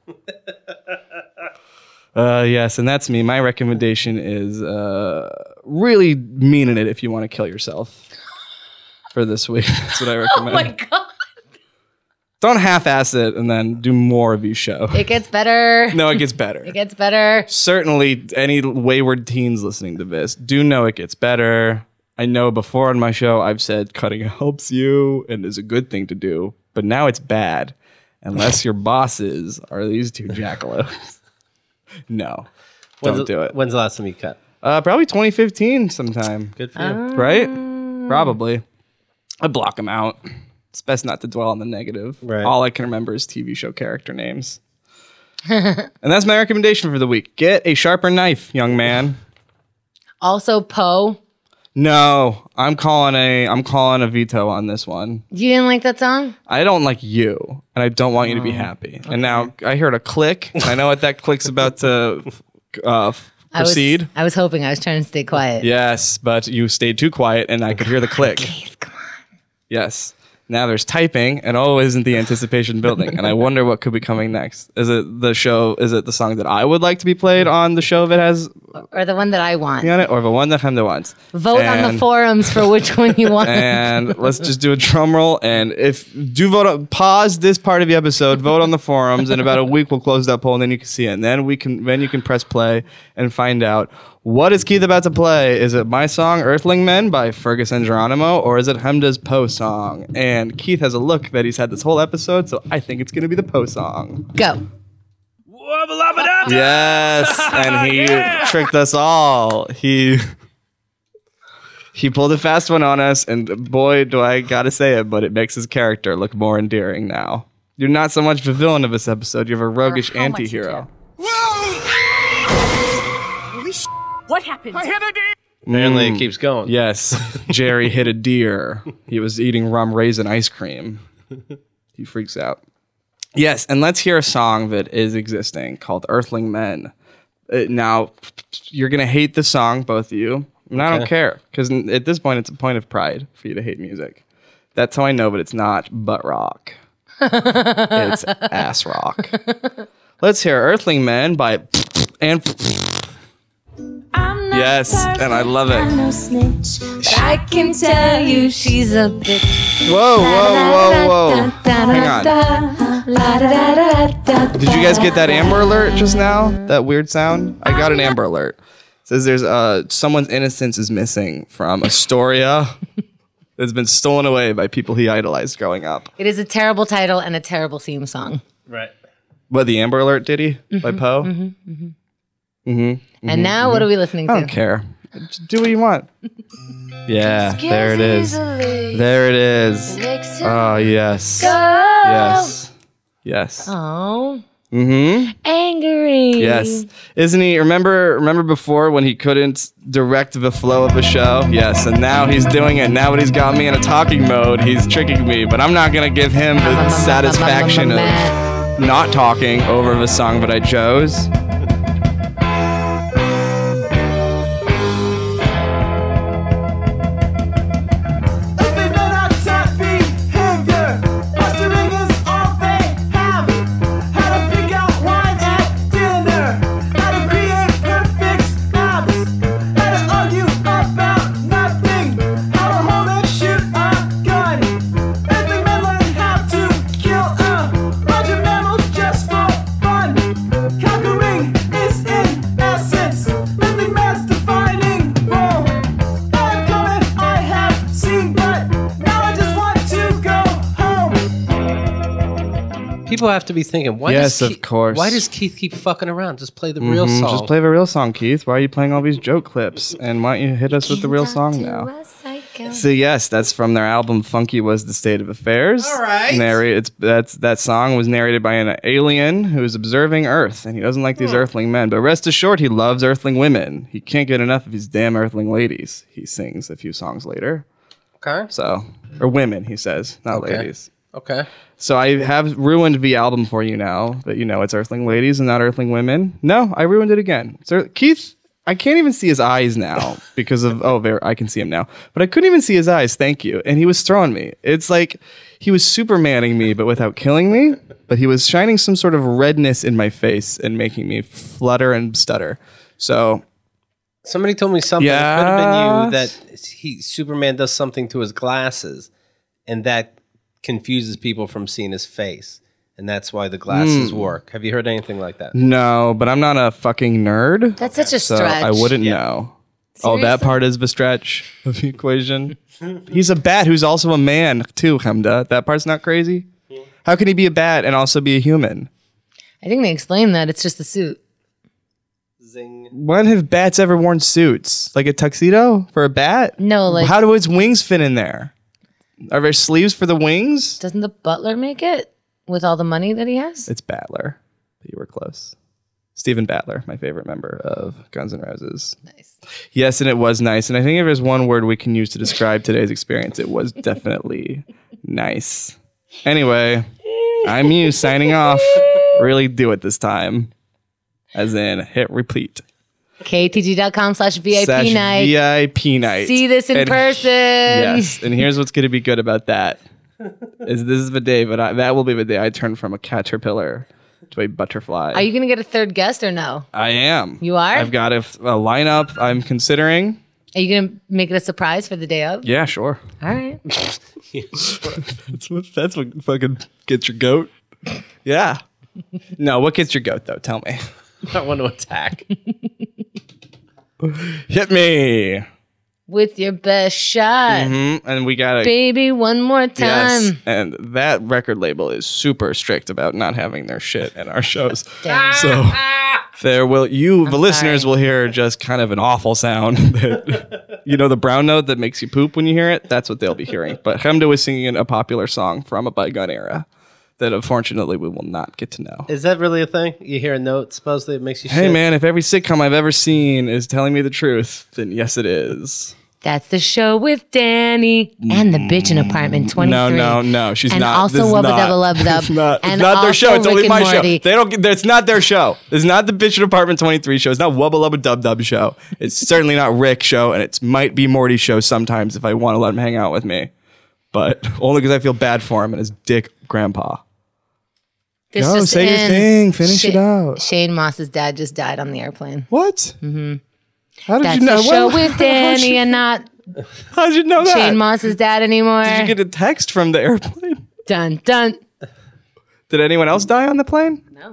[SPEAKER 3] uh, yes, and that's me. My recommendation is uh, really meaning it if you want to kill yourself for this week. That's what I
[SPEAKER 1] Oh
[SPEAKER 3] recommend.
[SPEAKER 1] my god.
[SPEAKER 3] Don't half ass it and then do more of each show.
[SPEAKER 1] It gets better.
[SPEAKER 3] no, it gets better.
[SPEAKER 1] It gets better.
[SPEAKER 3] Certainly, any wayward teens listening to this do know it gets better. I know before on my show I've said cutting helps you and is a good thing to do, but now it's bad unless your bosses are these two jackalopes. no,
[SPEAKER 2] When's
[SPEAKER 3] don't
[SPEAKER 2] the-
[SPEAKER 3] do it.
[SPEAKER 2] When's the last time you cut?
[SPEAKER 3] Uh, probably 2015 sometime
[SPEAKER 2] Good for you.
[SPEAKER 3] right?
[SPEAKER 1] Mm.
[SPEAKER 3] Probably. I block them out. It's best not to dwell on the negative.
[SPEAKER 2] Right.
[SPEAKER 3] All I can remember is TV show character names. and that's my recommendation for the week. Get a sharper knife, young man.
[SPEAKER 1] Also, Poe.
[SPEAKER 3] No, I'm calling a I'm calling a veto on this one.
[SPEAKER 1] You didn't like that song?
[SPEAKER 3] I don't like you, and I don't want you to
[SPEAKER 1] Oh,
[SPEAKER 3] be happy. And now I heard a click. and I know what that click's about to uh,
[SPEAKER 1] I was-
[SPEAKER 3] proceed.
[SPEAKER 1] I was, hoping. I was trying to stay quiet.
[SPEAKER 3] Yes, but you stayed too quiet, and I could hear the click.
[SPEAKER 1] come
[SPEAKER 3] Yes. Now there's typing, and oh, isn't the anticipation building? And I wonder what could be coming next. Is it the show? Is it the song that I would like to be played on the show that has
[SPEAKER 1] Or the one that I want.
[SPEAKER 3] me on it, or the one that I'm the ones?
[SPEAKER 1] Vote on the
[SPEAKER 3] And-
[SPEAKER 1] forums for which one you want.
[SPEAKER 3] And let's just do a drum roll. And if do vote, on, pause this part of the episode, vote on the forums. In about a week, we'll close that poll, and then you can see it. And then we can then you can press play and find out what is Keith about to play. Is it my song "Earthling Men" by Fergus and Geronimo, or is it Hemda's Poe song? And Keith has a look that he's had this whole episode, so I think it's gonna be the Poe song.
[SPEAKER 1] Go.
[SPEAKER 3] Yes, and he tricked us all. He he pulled a fast one on us, and boy, do I gotta say it, but it makes his character look more endearing now. You're not so much the villain of this episode; you're a roguish
[SPEAKER 4] how much you
[SPEAKER 3] anti-hero.
[SPEAKER 4] What happened?
[SPEAKER 2] Apparently, it keeps going.
[SPEAKER 3] Yes, Jerry hit a deer. He was eating rum raisin ice cream. He freaks out. Yes, and let's hear a song that is existing called Earthling Men. Uh, now, you're going to hate the song, both of you. And I don't care because at this point, it's a point of pride for you to hate music. That's how I know, but it's not butt rock. it's ass rock. Let's hear Earthling Men by and
[SPEAKER 5] I'm not
[SPEAKER 3] yes, and I love it.
[SPEAKER 5] I'm no snitch, but
[SPEAKER 1] I can tell you she's a bitch.
[SPEAKER 3] Whoa, whoa, whoa, whoa. Hang on. Did you guys get that Amber Alert just now? That weird sound? I got an Amber Alert. It says there's uh someone's innocence is missing from Astoria that's been stolen away by people he idolized growing up.
[SPEAKER 1] It is a terrible title and a terrible theme song.
[SPEAKER 2] Right.
[SPEAKER 3] What the Amber Alert ditty by Poe? Mm-hmm,
[SPEAKER 1] And now, what are we listening
[SPEAKER 3] I
[SPEAKER 1] to?
[SPEAKER 3] don't care. Just do what you want. Yeah, there it is. There it is. Oh yes. Yes. Yes.
[SPEAKER 1] Oh,
[SPEAKER 3] Mm-hmm.
[SPEAKER 1] angry.
[SPEAKER 3] Yes. Isn't he? Remember remember before when he couldn't direct the flow of a show? Yes, and now he's doing it. Now that he's got me in a talking mode, he's tricking me, but I'm not gonna give him the satisfaction of not talking over the song that I chose.
[SPEAKER 6] uh, Conquering is in essence, nothing man's defining role. I'm coming, I have seen, but now I just want to go home.
[SPEAKER 2] People have to be thinking. Why
[SPEAKER 3] Yes,
[SPEAKER 2] does
[SPEAKER 3] of course.
[SPEAKER 2] Why does Keith keep fucking around? Mm-hmm, Just play the real
[SPEAKER 3] Mm,
[SPEAKER 2] song.
[SPEAKER 3] Just play the real song, Keith. Why are you playing all these joke clips? And why don't you hit us with the real song now? So yes, that's from their album "Funky Was the State of Affairs." All right. Narrate it's that's that song was narrated by an alien who is observing Earth, and he doesn't like these Earthling men. But rest assured, he loves Earthling women. He can't get enough of these damn Earthling ladies. He sings a few songs later.
[SPEAKER 2] Okay.
[SPEAKER 3] So, or women, he says, not
[SPEAKER 2] Okay.
[SPEAKER 3] ladies.
[SPEAKER 2] Okay.
[SPEAKER 3] So I have ruined the album for you now that you know it's Earthling Ladies and not Earthling Women. No, I ruined it again. Sir Keith, I can't even see his eyes now because of oh there I can see him now. But I couldn't even see his eyes, thank you. And he was throwing me. It's like he was supermaning me but without killing me, but he was shining some sort of redness in my face and making me flutter and stutter. So
[SPEAKER 2] Somebody told me something. It could have been you that he Superman does something to his glasses, and that confuses people from seeing his face, and that's why the glasses work. Have you heard anything like that?
[SPEAKER 3] No, but I'm not a fucking nerd.
[SPEAKER 1] That's such a
[SPEAKER 3] so
[SPEAKER 1] stretch.
[SPEAKER 3] I wouldn't know. Oh, that
[SPEAKER 1] Seriously?
[SPEAKER 3] part is the stretch of the equation. He's a bat who's also a man too, Hemda. That part's not crazy. How can he be a bat and also be a human?
[SPEAKER 1] I think they explained that. It's just the suit.
[SPEAKER 2] Zing.
[SPEAKER 3] When have bats ever worn suits? Like a tuxedo for a bat?
[SPEAKER 1] No, like-
[SPEAKER 3] how do its wings fit in there? Are there sleeves for the wings?
[SPEAKER 1] Doesn't the butler make it with all the money that he has?
[SPEAKER 3] It's Battler. But you were close. Steven Battler, my favorite member of Guns N' Roses.
[SPEAKER 1] Nice.
[SPEAKER 3] Yes, and it was nice. And I think if there's one word we can use to describe today's experience, it was definitely nice. Anyway, I'm you signing off. Really do it this time. As in, hit repeat.
[SPEAKER 1] KTG.com slash VIP
[SPEAKER 3] Slash
[SPEAKER 1] night.
[SPEAKER 3] VIP night.
[SPEAKER 1] See this in
[SPEAKER 3] And-
[SPEAKER 1] person.
[SPEAKER 3] Yes, and here's what's going to be good about that is this is the day, but I, that will be the day I turn from a caterpillar to a butterfly.
[SPEAKER 1] Are you going to get a third guest or no?
[SPEAKER 3] I am.
[SPEAKER 1] You are?
[SPEAKER 3] I've got a, f- a lineup I'm considering.
[SPEAKER 1] Are you going to make it a surprise for the day of?
[SPEAKER 3] Yeah, sure.
[SPEAKER 1] All right.
[SPEAKER 3] That's what, that's what fucking gets your goat. Yeah. No, what gets your goat though? Tell me.
[SPEAKER 2] I want to attack.
[SPEAKER 3] Hit me.
[SPEAKER 1] With your best shot.
[SPEAKER 3] Mhm, And we got a
[SPEAKER 1] Baby, one more time.
[SPEAKER 3] yes. And that record label is super strict about not having their shit in our shows.
[SPEAKER 1] Damn.
[SPEAKER 3] So there will you the listeners
[SPEAKER 1] sorry.
[SPEAKER 3] will hear just kind of an awful sound that you know the brown note that makes you poop when you hear it. That's what they'll be hearing. But Hemdo is singing a popular song from a bygone era that unfortunately we will not get to know.
[SPEAKER 2] Is that really a thing? You hear a note supposedly it makes you.
[SPEAKER 3] Hey
[SPEAKER 2] shit?
[SPEAKER 3] man, if every sitcom I've ever seen is telling me the truth, then yes, it is.
[SPEAKER 1] That's the show with Danny and the bitch in apartment 23.
[SPEAKER 3] Mm. No, no, no. She's
[SPEAKER 1] And
[SPEAKER 3] not.
[SPEAKER 1] also
[SPEAKER 3] this is
[SPEAKER 1] Wubba
[SPEAKER 3] not-
[SPEAKER 1] Dubba Lub Dub.
[SPEAKER 3] It's not, it's
[SPEAKER 1] And
[SPEAKER 3] not their show.
[SPEAKER 1] also
[SPEAKER 3] It's only
[SPEAKER 1] Rick and
[SPEAKER 3] my show.
[SPEAKER 1] Morty.
[SPEAKER 3] They don't. get- It's not their show. It's not the Bitch in Apartment Twenty Three show. It's not Wubba Lubba Dub Dub show. It's certainly not Rick show, and it might be Morty show sometimes if I want to let him hang out with me, but only because I feel bad for him and his dick grandpa.
[SPEAKER 1] This
[SPEAKER 3] Go,
[SPEAKER 1] just
[SPEAKER 3] say your
[SPEAKER 1] in.
[SPEAKER 3] thing. Finish it out.
[SPEAKER 1] Shane Moss's dad just died on the airplane.
[SPEAKER 3] What? How did
[SPEAKER 1] Mm-hmm. That's
[SPEAKER 3] you know?
[SPEAKER 1] the show
[SPEAKER 3] what-
[SPEAKER 1] with Danny and not
[SPEAKER 3] How did you know that?
[SPEAKER 1] Shane Moss's dad anymore.
[SPEAKER 3] Did you get a text from the airplane?
[SPEAKER 1] dun dun.
[SPEAKER 3] Did anyone else die on the plane?
[SPEAKER 1] No.